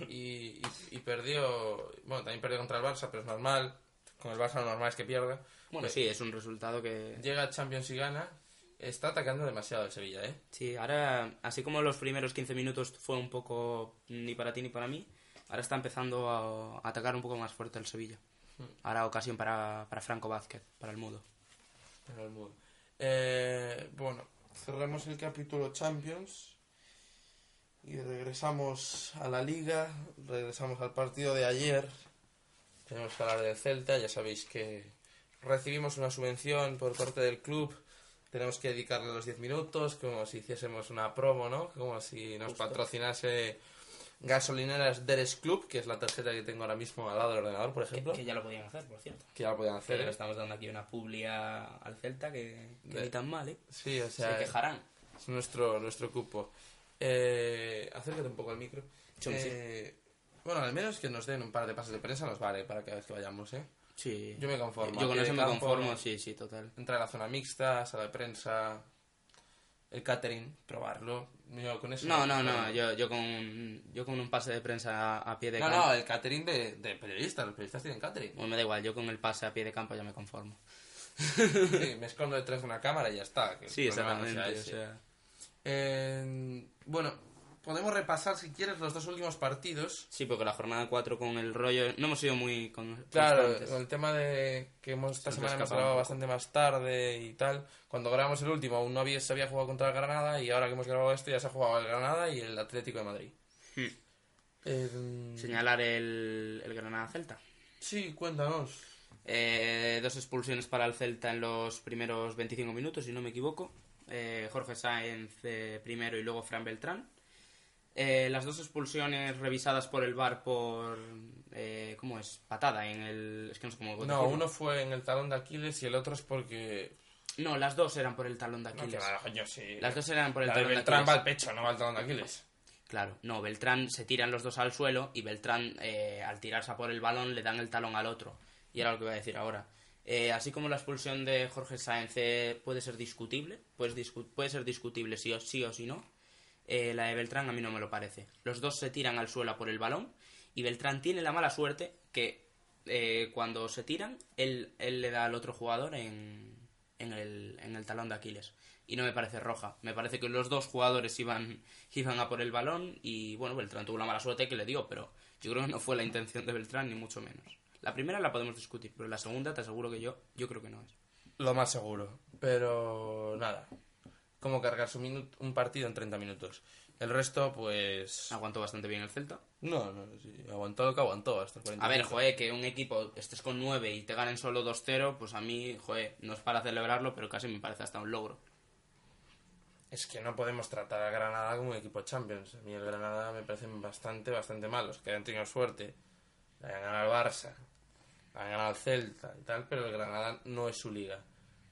y, y- y perdió. Bueno, también perdió contra el Barça, pero es normal. Con el Barça lo normal es que pierda.
Bueno, sí, es un resultado que.
Llega a Champions y gana. Está atacando demasiado el Sevilla, ¿eh?
Sí, ahora, así como los primeros 15 minutos fue un poco ni para ti ni para mí, ahora está empezando a a atacar un poco más fuerte el Sevilla. Ahora ocasión para, para Franco Vázquez, para el mudo.
Para el mundo. Eh, bueno, cerramos el capítulo Champions y regresamos a la liga, regresamos al partido de ayer. Tenemos que hablar del Celta, ya sabéis que recibimos una subvención por parte del club. Tenemos que dedicarle los 10 minutos, como si hiciésemos una promo, ¿no? Como si nos patrocinase gasolineras Deres Club, que es la tarjeta que tengo ahora mismo al lado del ordenador, por
Que,
ejemplo,
que ya lo podían hacer, por cierto.
que ya lo podían
Pero le
hacer.
estamos dando aquí una publia al Celta que, que
De-
ni tan mal, ¿eh?
Sí, o
Se
sea,
quejarán.
es nuestro, nuestro cupo. Eh, acércate un poco al micro.
Chum, sí.
Eh, bueno, al menos que nos den un par de pases de prensa nos vale para cada vez que vayamos, ¿eh?
Sí.
Yo me conformo.
Yo con
Aquí de
eso me
campo,
conformo, sí, sí, total.
Entrar a la zona mixta, sala de prensa, el catering, probarlo. Yo con eso
No, no,
conformo.
no, yo, yo, con, yo con un pase de prensa a, a pie de
No,
campo.
no, el catering de, de periodistas. Los periodistas tienen catering.
Bueno, me da igual, yo con el pase a pie de campo ya me conformo.
Sí, me escondo detrás de una cámara y ya está. que el
Sí,
problema no
exactamente.
sea
o
ese.
sea,
Eh, bueno, podemos repasar si quieres los dos últimos partidos.
Sí, porque la jornada 4 con el rollo. No hemos sido muy. Con,
Claro,
constantes.
con el tema de que hemos, esta
Se nos
semana hemos
escapa un
grabado
poco.
bastante más tarde y tal. Cuando grabamos el último aún no había, se había jugado contra el Granada y ahora que hemos grabado este ya se ha jugado el Granada y el Atlético de Madrid.
Hmm.
Eh,
Señalar el, el Granada Celta.
sí, cuéntanos.
Eh, dos expulsiones para el Celta en los primeros 25 minutos, si no me equivoco. Eh, Jorge Sáenz eh, primero y luego Fran Beltrán. Eh, las dos expulsiones revisadas por el VAR por... eh, ¿Cómo es? Patada en el... Es que no sé cómo...
No,
decirlo.
uno fue en el talón de Aquiles y el otro es porque...
No, las dos eran por el talón de
No, que
Aquiles.
va, coño, sí.
las dos eran por el
La de
talón de
Beltrán
Aquiles.
va al pecho, no va al talón de Aquiles.
Claro, no, Beltrán se tiran los dos al suelo y Beltrán, eh, al tirarse a por el balón, le dan el talón al otro. Y era lo que voy a decir ahora. Eh, así como la expulsión de Jorge Sáenz eh, puede ser discutible, pues discu- puede ser discutible sí o sí, o sí no, eh, la de Beltrán a mí no me lo parece. Los dos se tiran al suelo a por el balón y Beltrán tiene la mala suerte que eh, cuando se tiran, él, él le da al otro jugador en, en, el, en el talón de Aquiles. Y no me parece roja. Me parece que los dos jugadores iban, iban a por el balón y bueno, Beltrán tuvo la mala suerte que le dio, pero yo creo que no fue la intención de Beltrán ni mucho menos. La primera la podemos discutir, pero la segunda te aseguro que yo, yo creo que no es.
Lo más seguro. Pero nada. Cómo cargarse un, minu- un partido en 30 minutos. El resto, pues.
Aguantó bastante bien el Celta.
No, no, sí. Aguantó lo que aguantó hasta el 40.
A ver, joder, que un equipo estés con 9 y te ganen solo 2-0, pues a mí, joder, no es para celebrarlo, pero casi me parece hasta un logro.
Es que no podemos tratar a Granada como un equipo Champions. A mí el Granada me parecen bastante, bastante malos. Que hayan tenido suerte. Le hayan ganado al Barça. Le hayan ganado al Celta y tal. Pero el Granada no es su liga.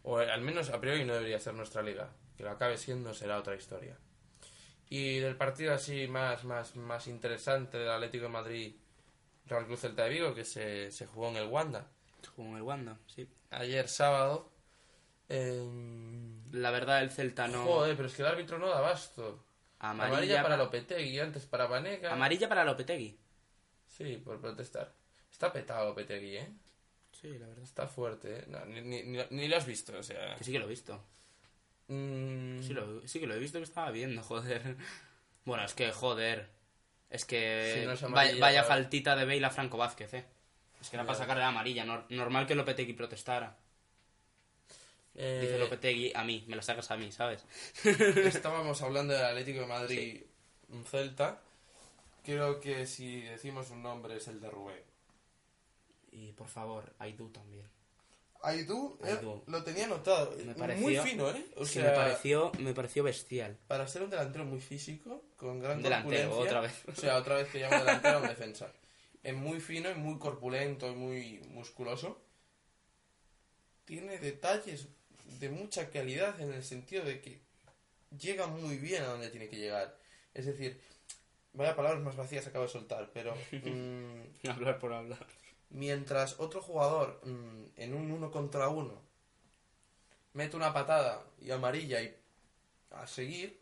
O eh, al menos a priori no debería ser nuestra liga. Que lo acabe siendo será otra historia. Y del partido así más, más, más interesante del Atlético de Madrid, Real Cruz Celta de Vigo, que se, se jugó en el Wanda.
Como el Wanda, sí.
Ayer sábado. em,
La verdad, el Celta no.
Joder, pero es que el árbitro no da abasto. Amarilla, para Lopetegui, antes para Vanega.
Amarilla para Lopetegui.
Sí, por protestar. Está petado Lopetegui, ¿eh?
Sí, la verdad.
Está fuerte, ¿eh? No, ni, ni- ni- ni lo has visto, o sea...
Que sí que lo he visto.
Mm,
Sí, lo, sí que lo he visto que estaba viendo, joder. Bueno, es que, joder. Es que.
Si no es
vaya,
amarilla,
vaya
claro.
faltita de Bale a Franco Vázquez, eh. Es que era para sacarle la amarilla. nor- normal que Lopetegui protestara.
eh,
Dice Lopetegui a mí, me la sacas a mí, ¿sabes?
Estábamos hablando del Atlético de Madrid un Celta. Creo que si decimos un nombre es el de Rubén.
Y por favor, Aidú también.
Aidú, eh,
Aidú.
lo tenía anotado.
Me
Muy
pareció-
fino, ¿eh? O
Sí,
sea,
me pareció, me pareció bestial.
para ser un delantero muy físico, con gran
Un delantero,
corpulencia.
otra vez.
O sea, otra vez que llamo delantero a un defensa. Es muy fino, es muy corpulento, es muy musculoso. Tiene detalles de mucha calidad en el sentido de que llega muy bien a donde tiene que llegar. Es decir, vaya palabras más vacías acabo de soltar, pero mm,
Hablar por hablar.
mientras otro jugador mm, en un uno contra uno mete una patada y amarilla y a seguir,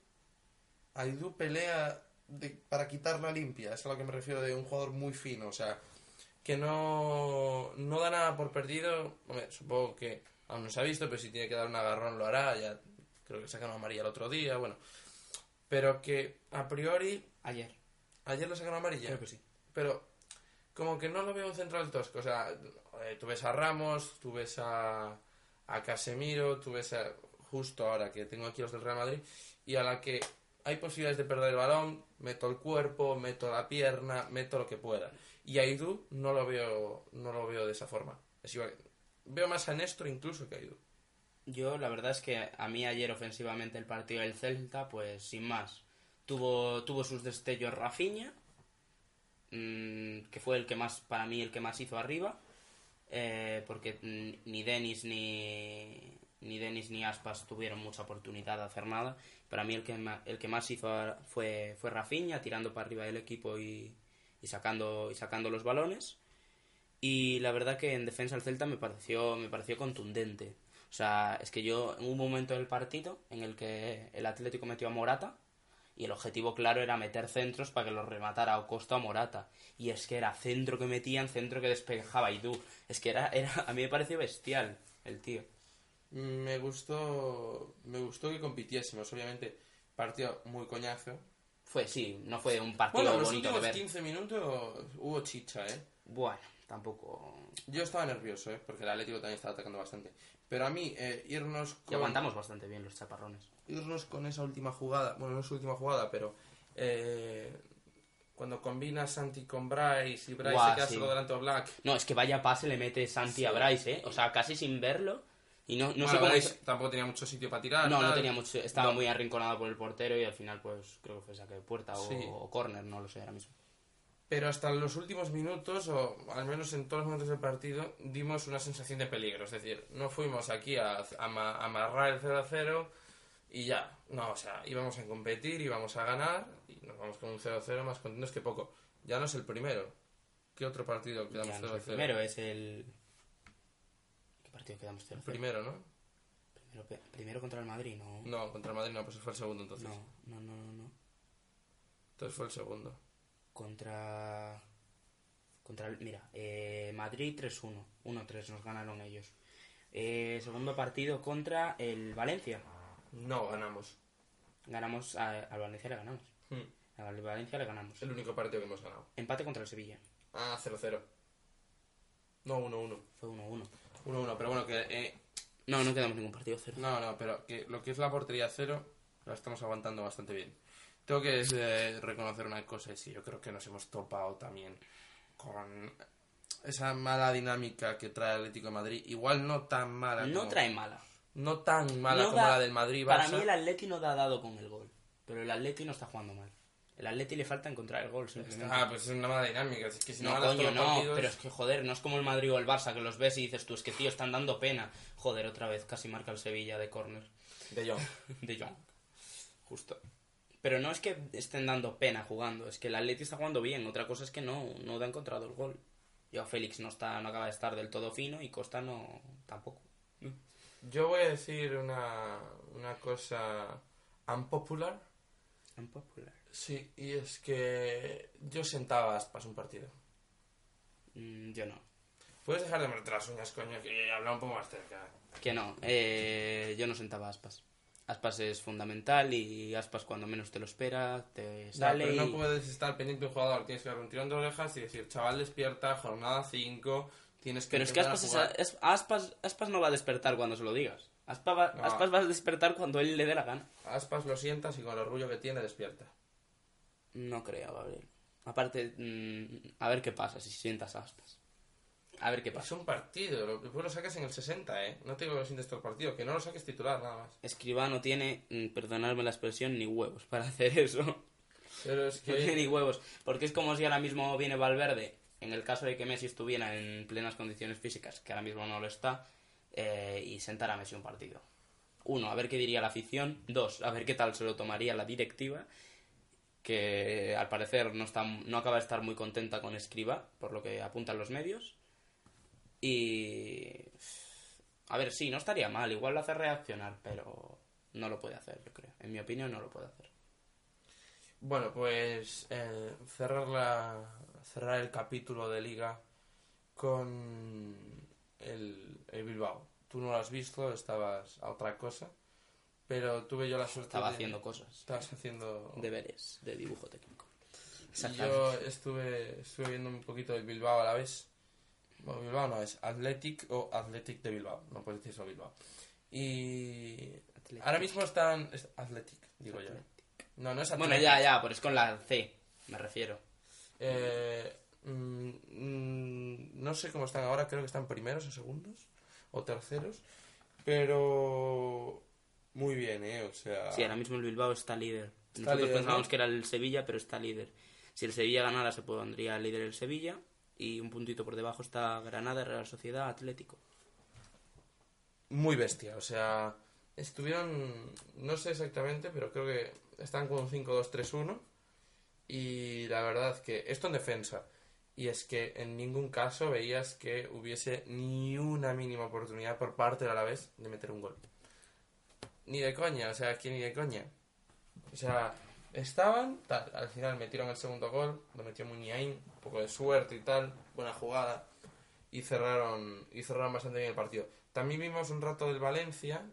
Aidú pelea de- para quitarla limpia, es a lo que me refiero de un jugador muy fino, o sea, que no, no da nada por perdido, Hombre, supongo que aún no se ha visto, pero si tiene que dar un agarrón lo hará, ya creo que sacaron amarilla el otro día, bueno, pero que a priori
Ayer.
Ayer le sacaron amarilla.
Creo que sí.
Pero como que no lo veo un central tosco. O sea, eh, tú ves a Ramos, tú ves a, a Casemiro, tú ves a... Justo ahora que tengo aquí los del Real Madrid. Y a la que hay posibilidades de perder el balón, meto el cuerpo, meto la pierna, meto lo que pueda. Y a Aidú no lo veo, no lo veo de esa forma. Es igual- Veo más a Néstor incluso que a Aidú.
Yo, la verdad es que a mí ayer ofensivamente el partido del Celta, pues sin más. Tuvo, tuvo sus destellos Rafinha, mm, que fue el que más, para mí, el que más hizo arriba, eh, porque mm, ni Denis ni, ni Denis ni Aspas tuvieron mucha oportunidad de hacer nada. Para mí el que más, el que más hizo a- fue, fue Rafinha, tirando para arriba del equipo y, y sacando, y sacando los balones. Y la verdad que en defensa el Celta me pareció, me pareció contundente. O sea, es que yo en un momento del partido en el que el Atlético metió a Morata y el objetivo claro era meter centros para que los rematara o Costa o Morata. Y es que era centro que metían, centro que despejaba y tú. Es que era, era, a mí me pareció bestial el tío.
Me gustó, me gustó que compitiésemos, obviamente, partido muy coñazo.
Fue, sí, no fue un partido
Bueno, los
bonito de
últimos
ver.
15 minutos hubo chicha, ¿eh?
Bueno, tampoco.
Yo estaba nervioso, ¿eh? Porque el Atlético también estaba atacando bastante. Pero a mí, eh, irnos
Y
con...
aguantamos bastante bien los chaparrones.
irnos con esa última jugada, bueno, no es su última jugada, pero eh, cuando combina Santi con Bryce y Bryce
Guau,
se queda
sí.
solo delante de Black.
No, es que vaya pase le mete Santi a Bryce, ¿eh? O sea, casi sin verlo. Y no, no
Bueno,
sé cómo.
Bryce tampoco tenía mucho sitio para tirar.
No, no
tal.
tenía mucho. Estaba muy arrinconado por el portero y al final, pues creo que fue saque de puerta o,
Sí.
o córner, no lo sé ahora mismo.
Pero hasta los últimos minutos, o al menos en todos los momentos del partido, dimos una sensación de peligro. Es decir, no fuimos aquí a, a ma- a amarrar el 0-0 y ya. No, o sea, íbamos a competir, íbamos a ganar y nos vamos con un 0-0 más contentos que poco. Ya no es el primero. ¿Qué otro partido
Ya,
quedamos
no sé,
0-0?
el primero eh. es el. ¿Qué partido quedamos?
El
tercero?
primero, ¿no?
Primero, pe- primero contra el Madrid, ¿no?
No, contra el Madrid no, pues fue el segundo entonces.
No, no, no, no. no.
Entonces fue el segundo.
Contra. Contra el. Mira, eh, Madrid 3-1. 1-3 nos ganaron ellos. Eh, segundo partido contra el Valencia.
No, ganamos.
Ganamos. a- Al Valencia le ganamos.
Hmm.
Al Valencia le ganamos.
El único partido que hemos ganado.
Empate contra el Sevilla.
Ah, 0-0. No, 1-1.
Fue 1-1.
1-1, pero bueno, que... eh,
No, no quedamos ningún partido cero.
No, no, pero que lo que es la portería cero la estamos aguantando bastante bien. Tengo que eh, reconocer una cosa, y sí, yo creo que nos hemos topado también con esa mala dinámica que trae el Atlético de Madrid. Igual no tan mala
No
como-
trae mala.
No tan mala
No
como
da-
la del Madrid.
Para
Barça.
mí el Atleti no da dado con el gol. Pero el Atleti no está jugando mal. El Atleti le falta encontrar el gol simplemente.
Ah, pues es una mala dinámica. Es que si no,
No,
ganas
coño,
todos los
no,
partidos-
pero es que joder, no es como el Madrid o el Barça que los ves y dices tú, es que tío, están dando pena. Joder, otra vez casi marca el Sevilla de córner
De Jong.
de Jong. Justo. Pero no es que estén dando pena jugando, es que el Atleti está jugando bien, otra cosa es que no, no ha encontrado el gol. Yo Félix no está, no acaba de estar del todo fino y Costa no tampoco.
Yo voy a decir una, una cosa unpopular.
popular.
Sí, y es que yo sentaba a Aspas un partido.
Mm, yo no.
Puedes dejar de meter las uñas, coño, que habla un poco más cerca.
Que no, eh, yo no sentaba a Aspas. Aspas es fundamental y Aspas cuando menos te lo espera, te
Ya,
sale
pero
y-
no puedes estar pendiente de un jugador, tienes que dar un tirón de orejas y decir, chaval, despierta, jornada 5, tienes que
Pero es que
empezar a
Aspas, es-
jugar".
es- Aspas, Aspas no va a despertar cuando se lo digas. Aspa va-
No.
Aspas va a despertar cuando él le dé la gana.
Aspas lo sientas y con el orgullo que tiene despierta.
No creo, Gabriel. Aparte, mm, a ver qué pasa si sientas a Aspas. A ver qué
Es
pasa.
un partido, lo, después lo sacas en el 60, ¿eh? No te digo que lo sientes todo el partido, que no lo saques titular nada más.
Escribano tiene, mm, perdonadme la expresión, ni huevos para hacer eso.
Pero es
No tiene
que...
ni huevos. Porque es como si ahora mismo viene Valverde, en el caso de que Messi estuviera en plenas condiciones físicas, que ahora mismo no lo está, eh, y sentar a Messi un partido. Uno, a ver qué diría la afición. Dos, a ver qué tal se lo tomaría la directiva, que al parecer no, está, no acaba de estar muy contenta con Escriba, por lo que apuntan los medios. Y... A ver, sí, no estaría mal, igual lo hace reaccionar, pero no lo puede hacer, yo creo. En mi opinión, no lo puede hacer.
Bueno, pues eh, cerrar, la, cerrar el capítulo de liga con el, el Bilbao. Tú no lo has visto, estabas a otra cosa, pero tuve yo la suerte
Estaba
de-
haciendo cosas.
Estabas haciendo...
deberes de dibujo técnico.
Y Yo estuve, estuve viendo un poquito del Bilbao a la vez. Bueno, Bilbao no es Athletic o Athletic de Bilbao. No puedes decir eso Bilbao. Y
Athletic.
ahora mismo están. es Athletic, digo yo. No, no es Athletic.
Bueno, ya, ya, pero es con la C, me refiero.
Eh, mm, mm, no sé cómo están ahora, creo que están primeros o segundos o terceros. Pero. Muy bien, ¿eh? O sea.
Sí, ahora mismo el Bilbao está líder.
Está
Nosotros
líder,
pensábamos
¿no?
que era el Sevilla, pero está líder. Si el Sevilla ganara, se pondría líder el Sevilla. Y un puntito por debajo está Granada, Real Sociedad, Atlético.
Muy bestia, o sea, estuvieron, no sé exactamente, pero creo que están con 5-2-3-1. Y la verdad que esto en defensa. Y es que en ningún caso veías que hubiese ni una mínima oportunidad por parte del Alavés de meter un gol. Ni de coña, o sea, aquí ni de coña. O sea, estaban, tal, al final metieron el segundo gol, lo metió Muñain, un poco de suerte y tal, buena jugada, y cerraron, y cerraron bastante bien el partido. También vimos un rato del Valencia,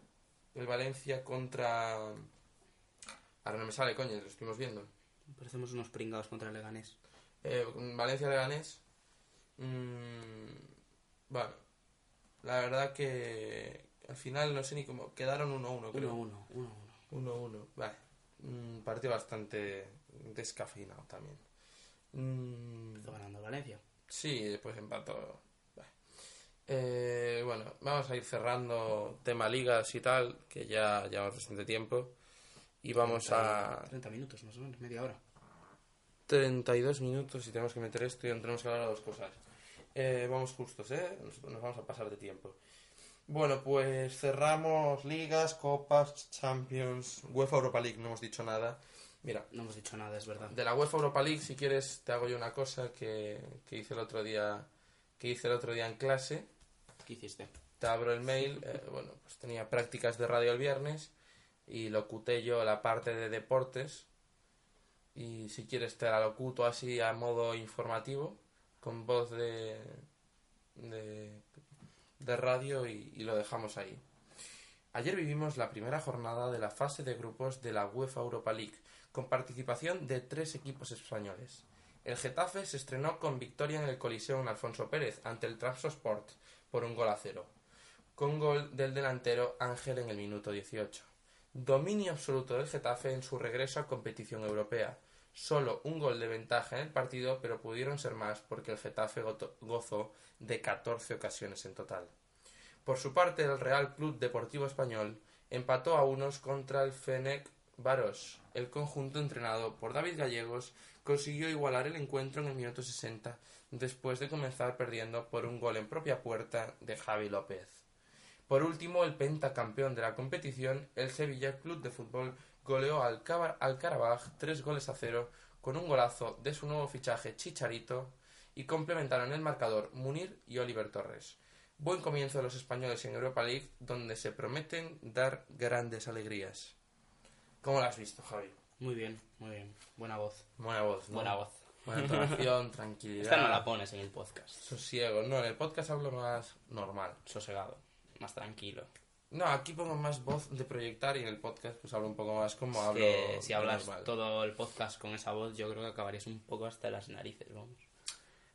el Valencia contra... Ahora no me sale, coño, lo estuvimos viendo.
Parecemos unos pringados contra el Leganés.
Eh, Valencia Leganés. Mm, bueno, la verdad que al final no sé ni cómo. Quedaron 1-1, creo.
1-1, 1-1.
1-1. Vale. Un partido bastante descafeinado también. Mm,
Está ganando el Valencia.
sí, después empató. Vale. Eh, bueno, vamos a ir cerrando tema ligas y tal, que ya llevamos bastante tiempo. Y vamos a
30 minutos más o menos, media hora.
32 minutos y tenemos que meter esto y tenemos que hablar de dos cosas. Eh, vamos justos, ¿eh? Nos, nos vamos a pasar de tiempo. Bueno, pues cerramos ligas, copas, Champions, UEFA Europa League, no hemos dicho nada. Mira,
No hemos dicho nada, es verdad.
de la UEFA Europa League, si quieres, te hago yo una cosa que, que hice el otro día que hice el otro día en clase.
¿Qué hiciste?
Te abro el mail, eh, bueno, pues tenía prácticas de radio el viernes y locuté yo la parte de deportes y si quieres te la locuto así a modo informativo con voz de de, de radio y, y lo dejamos ahí. Ayer vivimos la primera jornada de la fase de grupos de la UEFA Europa League con participación de tres equipos españoles. El Getafe se estrenó con victoria en el Coliseo en Alfonso Pérez ante el Trabzonspor por un gol a cero con gol del delantero Ángel en el minuto 18. Dominio absoluto del Getafe en su regreso a competición europea. Solo un gol de ventaja en el partido, pero pudieron ser más porque el Getafe goto- gozó de 14 ocasiones en total. Por su parte, el Real Club Deportivo Español empató a unos contra el Fenec Varos. El conjunto entrenado por David Gallegos consiguió igualar el encuentro en el minuto 60 después de comenzar perdiendo por un gol en propia puerta de Javi López. Por último, el pentacampeón de la competición, el Sevilla Club de Fútbol, goleó al, Caba- al Carabaj tres goles a cero con un golazo de su nuevo fichaje Chicharito y complementaron el marcador Munir y Oliver Torres. Buen comienzo de los españoles en Europa League, donde se prometen dar grandes alegrías. ¿Cómo lo has visto, Javi?
Muy bien, muy bien. Buena voz.
Buena voz, ¿no?
Buena voz.
Buena entonación, tranquilidad.
Esta no la pones en el podcast.
Sosiego. No, en el podcast hablo más normal.
Sosegado, más tranquilo.
No, aquí pongo más voz de proyectar y en el podcast pues hablo un poco más como
Es
hablo.
que si hablas
normal.
todo el podcast con esa voz, yo creo que acabarías un poco hasta las narices, vamos.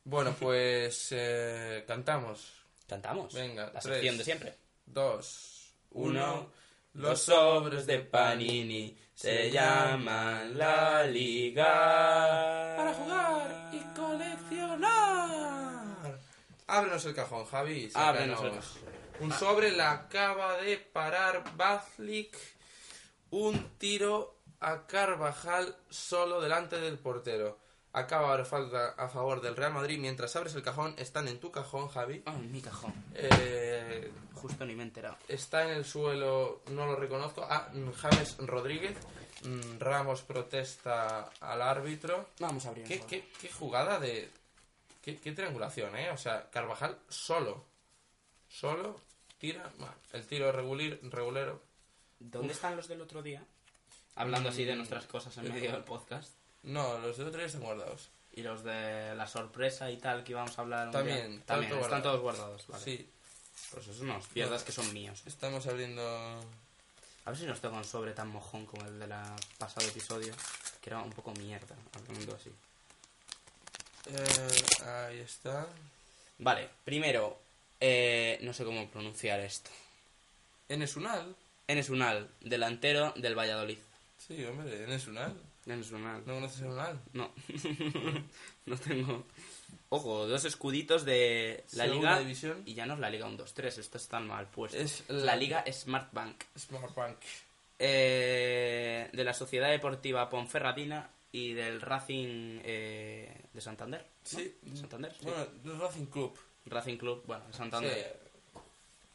Bueno, pues eh, cantamos.
Cantamos.
Venga,
La
tres.
sección de siempre.
Dos, uno.
Los sobres de Panini se llaman la liga.
Para jugar y coleccionar. Ábrenos el cajón, Javi. sácanos.
Ábrenos el cajón.
Un sobre la acaba de parar Bazlik. Un tiro a Carvajal solo delante del portero. Acaba ahora falta a favor del Real Madrid. Mientras abres el cajón, están en tu cajón, Javi.
Ah, en mi cajón.
Eh,
Justo ni me he enterado.
está en el suelo, no lo reconozco. Ah, mm, James Rodríguez. Mm, Ramos protesta al árbitro.
Vamos a abrir.
¿Qué, qué- qué jugada de. Qué, qué triangulación, ¿eh? O sea, Carvajal solo. Solo tira. bueno, el tiro regular, regulero.
¿Dónde están los del otro día? Mm. Hablando así de nuestras cosas en medio del podcast.
No, los de otro día están guardados.
Y los de la sorpresa y tal que íbamos a hablar. un
También,
día. También,
tanto
están
guardado.
todos guardados. Vale.
Sí,
Pues eso no os pierdas que son míos.
estamos abriendo.
A ver si nos toca un sobre tan mojón como el del pasado episodio, que era un poco mierda, hablando así.
Eh, ahí está.
Vale, primero, eh, no sé cómo pronunciar esto.
En Esunal.
Enes Unal, delantero del Valladolid.
Sí, hombre, en Esunal.
Enes Unal.
¿No conoces Esunal?
No, no tengo. Ojo, dos escuditos de la
Segunda
Liga.
división.
Y ya no es la Liga 1-2-3, esto está mal puesto.
Es la-
la... Liga Smart Bank.
Smart Bank.
Eh, de la Sociedad Deportiva Ponferradina y del Racing eh, de Santander. ¿no?
Sí.
Santander, sí.
Bueno, el Racing Club.
Racing Club, bueno, de Santander,
Sí,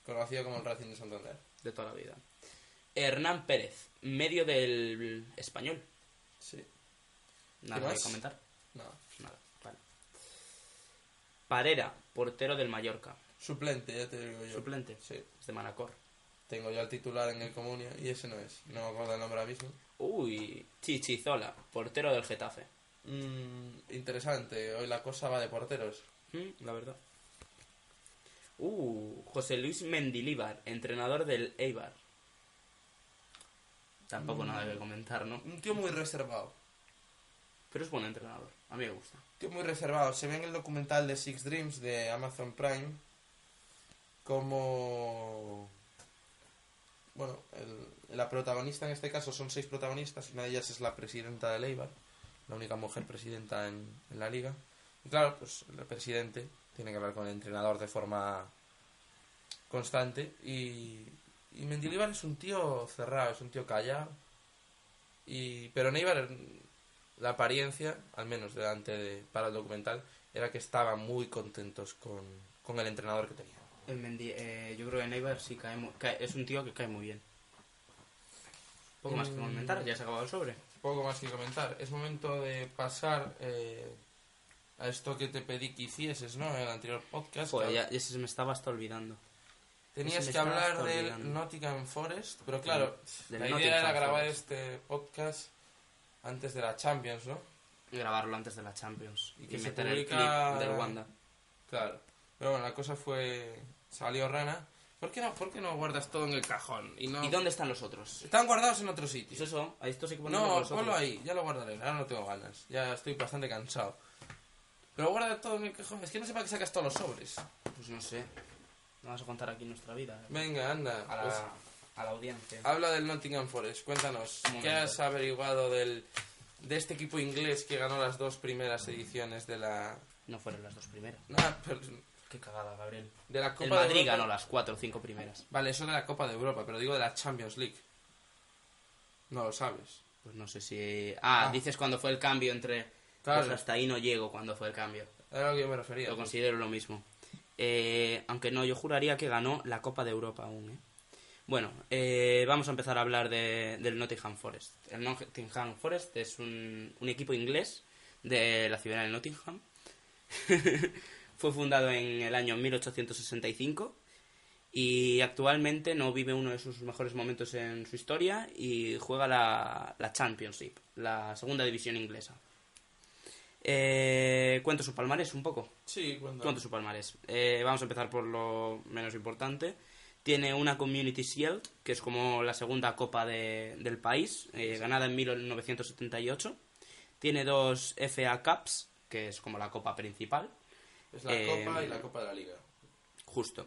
conocido como el Racing de Santander.
de toda la vida. Hernán Pérez, medio del español.
Sí.
Nada que
más?
comentar.
Nada.
Nada, vale. Parera, portero del Mallorca.
Suplente, ya te digo yo.
Suplente.
Sí.
Es de Manacor.
Tengo ya el titular en el Comunia y ese no es. No me acuerdo el nombre ahora mismo.
Uy, Chichizola, portero del Getafe.
Mm, interesante. Hoy la cosa va de porteros.
Mm, La verdad. Uh, José Luis Mendilíbar, entrenador del Eibar. Tampoco nada que comentar, ¿no?
Un tío muy reservado.
Pero es buen entrenador. A mí me gusta.
Tío muy reservado. Se ve en el documental de Six Dreams de Amazon Prime como... Bueno, el- la protagonista en este caso son seis protagonistas. Una de ellas es la presidenta de Leibar, la única mujer presidenta en, en la liga. Y claro, pues el presidente tiene que hablar con el entrenador de forma constante. Y, y Mendilibar es un tío cerrado, es un tío callado. Y, pero en Eibar la apariencia, al menos delante de- para el documental, era que estaban muy contentos con, con el entrenador que tenía.
El Mendi- eh, yo creo que Neibar sí cae, mu- cae- Es un tío que cae muy bien. Poco más que
Mm.
comentar, ya se ha acabado el sobre.
Poco más que comentar. Es momento de pasar eh, a esto que te pedí que hicieses, ¿no? En el anterior podcast.
Joder,
que
ya, ya se me estaba hasta olvidando.
Tenías
se me
que
estaba
hablar
hasta
del
olvidando.
Nottingham Forest, pero claro,
Del
la idea
Nottingham
era grabar
Forest.
este podcast antes de la Champions, ¿no?
Grabarlo antes de la Champions.
Y
Y,
que se
meter el clip
publica-
del Wanda.
Claro. Pero bueno, la cosa fue... Salió rana. ¿Por qué no, por qué no guardas todo en el cajón? Y, no...
¿Y dónde están los otros?
Están guardados en otro sitio.
Pues eso, a esto sí que ponemos
No,
los
ponlo
otros.
ahí, ya lo guardaré, ahora no tengo ganas, ya estoy bastante cansado. Pero guarda todo en el cajón, es que no sé para qué sacas todos los sobres.
Pues no sé. No vas a contar aquí nuestra vida. eh.
Venga, anda,
A la,
pues, Ah.
a la audiencia.
habla del Nottingham Forest, cuéntanos,
Un
¿qué
momento.
has averiguado del, de este equipo inglés que ganó las dos primeras ediciones de la...
No fueron las dos primeras.
Ah, pero-
Qué cagada, Gabriel.
de la Copa
El
de
Madrid
Europa.
ganó las cuatro o cinco primeras.
Vale, eso de la Copa de Europa, pero digo de la Champions League. No lo sabes.
Pues no sé si... Ah,
Ah.
dices cuando fue el cambio entre...
Claro.
Pues hasta ahí no llego cuando fue el cambio.
Era a lo que yo me refería.
Lo considero lo mismo. Eh, aunque no, yo juraría que ganó la Copa de Europa aún. ¿eh? Bueno, eh, vamos a empezar a hablar de- del Nottingham Forest. El Nottingham Forest es un, un equipo inglés de la ciudad de Nottingham. Fue fundado en el año 1865 y actualmente no vive uno de sus mejores momentos en su historia y juega la, la Championship, la segunda división inglesa. Eh, cuento su palmarés un poco.
Sí, cuando...
¿Cuánto es su palmarés? Eh, vamos a empezar por lo menos importante. Tiene una Community Shield, que es como la segunda copa de- del país, eh, ganada en 1978. Tiene dos FA Cups, que es como la copa principal,
Es la
Eh,
Copa y la Copa de la Liga.
justo.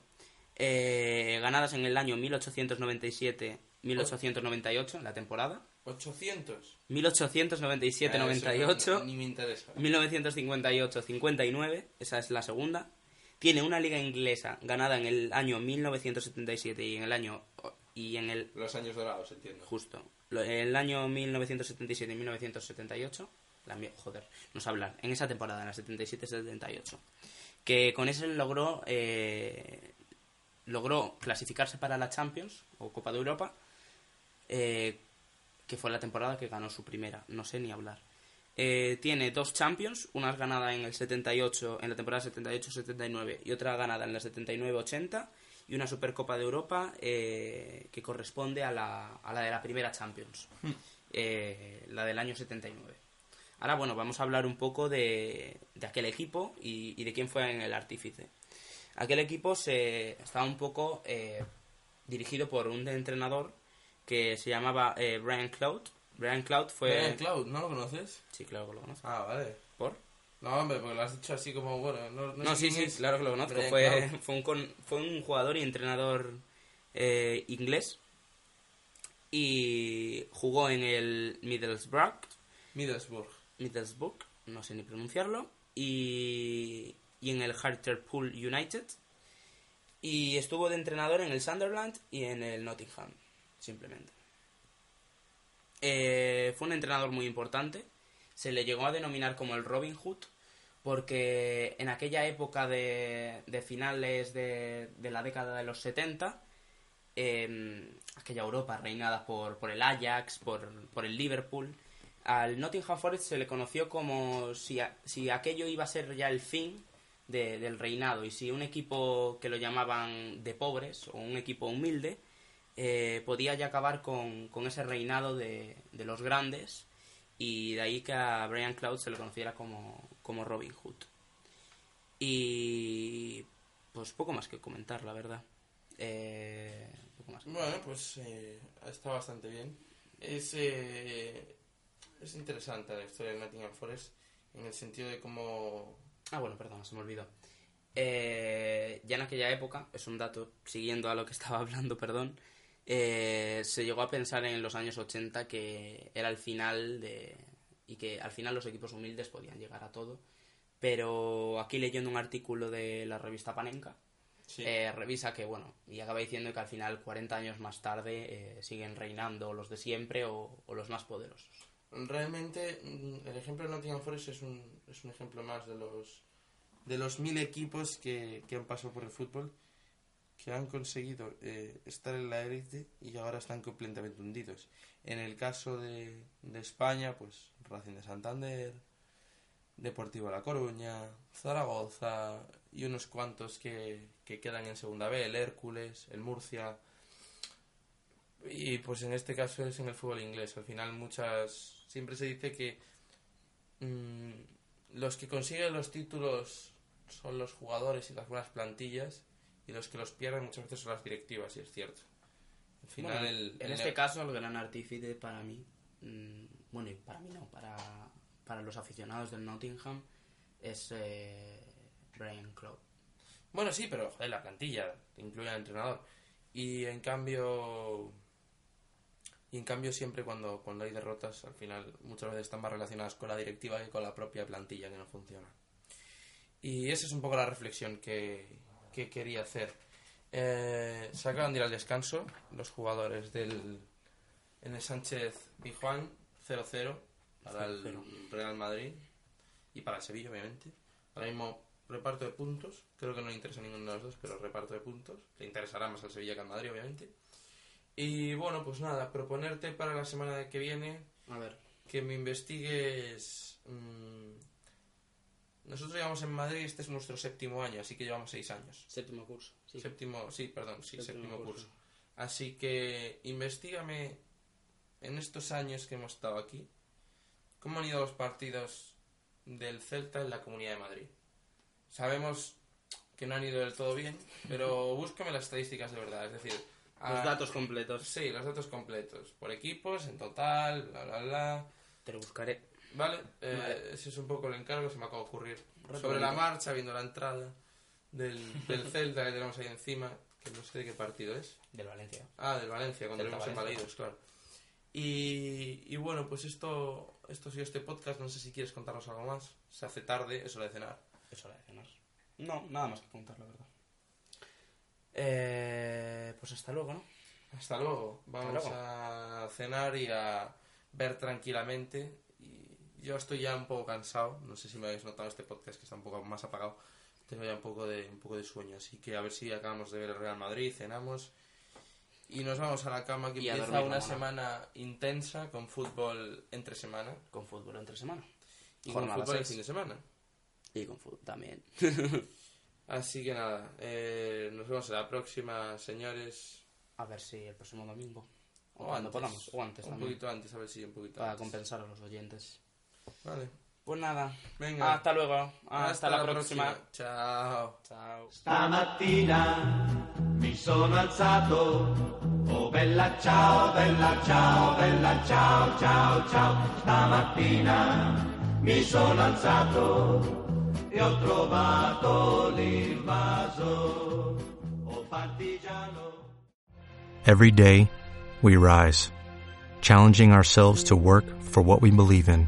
Eh, ganadas en el año 1897-1898, la temporada.
800. Ah,
1897-98.
eso Ni me interesa.
1958-59, esa es la segunda. Tiene una liga inglesa ganada en el año 1977 y en el año y en el
Los años dorados, entiendo.
justo lo- el año 1977 y 1978, la mi- joder, no sé hablar, en esa temporada, en la 77-78, que con ese logró eh, logró clasificarse para la Champions o Copa de Europa, eh, que fue la temporada que ganó su primera, no sé ni hablar. Eh, tiene dos Champions, una ganada en el 78, en la temporada 78-79 y otra ganada en la 79-80 y una Supercopa de Europa eh, que corresponde a la, a la de la primera Champions, eh, la del año 79. Ahora, bueno, vamos a hablar un poco de, de aquel equipo y, y de quién fue en el artífice. Aquel equipo se estaba un poco eh, dirigido por un entrenador que se llamaba eh, Brian Cloud. Brian Cloud fue...
Brian Cloud, ¿no lo conoces?
Sí, claro que lo conozco.
Ah, vale.
¿Por?
No, hombre, porque lo has dicho así como, bueno, no, no
No,
sé
sí, sí,
quién es.
claro que lo conozco.
Brian
Fue,
Clough.
fue, un, con- fue un jugador y entrenador eh, inglés. Y jugó en el Middlesbrough.
Middlesbrough.
Middlesbrough, no sé ni pronunciarlo. Y, y en el Hartlepool United. Y estuvo de entrenador en el Sunderland y en el Nottingham, simplemente. Eh, fue un entrenador muy importante. se le llegó a denominar como el Robin Hood porque en aquella época de, de finales de, de la década de los 70, eh, aquella Europa reinada por, por el Ajax, por, por el Liverpool, al Nottingham Forest se le conoció como si, a- si aquello iba a ser ya el fin de- del reinado y si un equipo que lo llamaban de pobres o un equipo humilde eh, podía ya acabar con, con ese reinado de, de los grandes y de ahí que a Brian Cloud se le conociera como, como Robin Hood. Y pues poco más que comentar, la verdad. Eh, poco más que
Bueno, pues eh, está bastante bien. Es, eh, es interesante la historia de Nottingham Forest en el sentido de cómo...
Ah, bueno, perdón, se me olvidó. Eh, ya en aquella época, es un dato, siguiendo a lo que estaba hablando, perdón, eh, se llegó a pensar en los años 80 que era el final de... y que al final los equipos humildes podían llegar a todo. Pero aquí leyendo un artículo de la revista Panenka,
Sí.
eh, revisa que, bueno, y acaba diciendo que al final, 40 años más tarde, eh, siguen reinando los de siempre o, o los más poderosos.
Realmente mm, el ejemplo de Nottingham Forest es un, es un ejemplo más de los, de los mil equipos que, que han pasado por el fútbol, que han conseguido eh, estar en la élite y ahora están completamente hundidos. En el caso de, de España, pues Racing de Santander, Deportivo La Coruña, Zaragoza y unos cuantos que, que quedan en segunda B, el Hércules, el Murcia. Y pues en este caso es en el fútbol inglés. Al final muchas... Siempre se dice que mm, los que consiguen los títulos son los jugadores y las buenas plantillas y los que los pierden muchas veces son las directivas, y es cierto. Al final
Bueno,
el-
en
el-
este caso, el gran artífice para mí, mm, bueno, y para mí no, para, para los aficionados del Nottingham, es eh, Brian Clough.
Bueno, sí, pero joder, la plantilla incluye al entrenador. Y en cambio. Y en cambio, siempre cuando, cuando hay derrotas, al final muchas veces están más relacionadas con la directiva que con la propia plantilla que no funciona. Y esa es un poco la reflexión que, que quería hacer. Eh, se acaban de ir al descanso los jugadores del. En el Sánchez Pijuán, 0-0 para el
0-0.
Real Madrid y para el Sevilla, obviamente. Ahora mismo reparto de puntos. Creo que no le interesa a ninguno de los dos, pero reparto de puntos. Le interesará más al Sevilla que al Madrid, obviamente. Y bueno, pues nada, proponerte para la semana que viene
A ver,
que me investigues. mm, Nosotros llevamos en Madrid, este es nuestro séptimo año, así que llevamos seis años.
séptimo curso. Sí.
Séptimo, sí, perdón, sí,
Séptimo
séptimo curso.
curso.
Así que investigame en estos años que hemos estado aquí, cómo han ido los partidos del Celta en la Comunidad de Madrid. Sabemos que no han ido del todo bien, pero búscame las estadísticas de verdad, es decir,
Los
a-
datos completos.
Sí, los datos completos, por equipos, en total, bla, bla, bla.
Te lo buscaré.
Vale, eh,
Vale.
ese es un poco el encargo, se me acaba de ocurrir.
Rápido.
Sobre la marcha, viendo la entrada del, del Celta que tenemos ahí encima, que no sé de qué partido es.
Del Valencia.
Ah, del Valencia, cuando
Celta
vimos en
Valencia.
Balaídos, claro. Y, y bueno, pues esto, esto ha sido este podcast, no sé si quieres contarnos algo más. Se hace tarde, es hora de cenar.
Eso hora de cenar. No, nada más que contar, la verdad. Eh, pues hasta luego, ¿no?
Hasta luego, vamos
luego.
a cenar y a ver tranquilamente. Y yo estoy ya un poco cansado, no sé si me habéis notado este podcast que está un poco más apagado. Tengo ya un poco de, un poco de sueño, así que a ver si acabamos de ver el Real Madrid, cenamos y nos vamos a la cama que
Y a
empieza
dormir,
una
mamona.
semana intensa con fútbol entre semana
Con fútbol entre semana.
y
Jornada
con fútbol el
seis.
fin de semana.
Y con fútbol también.
Así que nada, eh, nos vemos en la próxima, señores.
A ver si el próximo domingo.
O
cuando
antes.
podamos. O antes
un
también.
poquito antes, a ver si un poquito
Para
antes.
compensar a los oyentes.
Vale.
Pues nada.
Venga.
Hasta luego. Hasta, la, próxima.
Ciao.
Chao.
Stamattina mi sono alzato, oh bella ciao, bella ciao, bella ciao, ciao, ciao. Stamattina mi sono alzato e ho trovato l'invaso, oh partigiano.
Every day, we rise, challenging ourselves to work for what we believe in.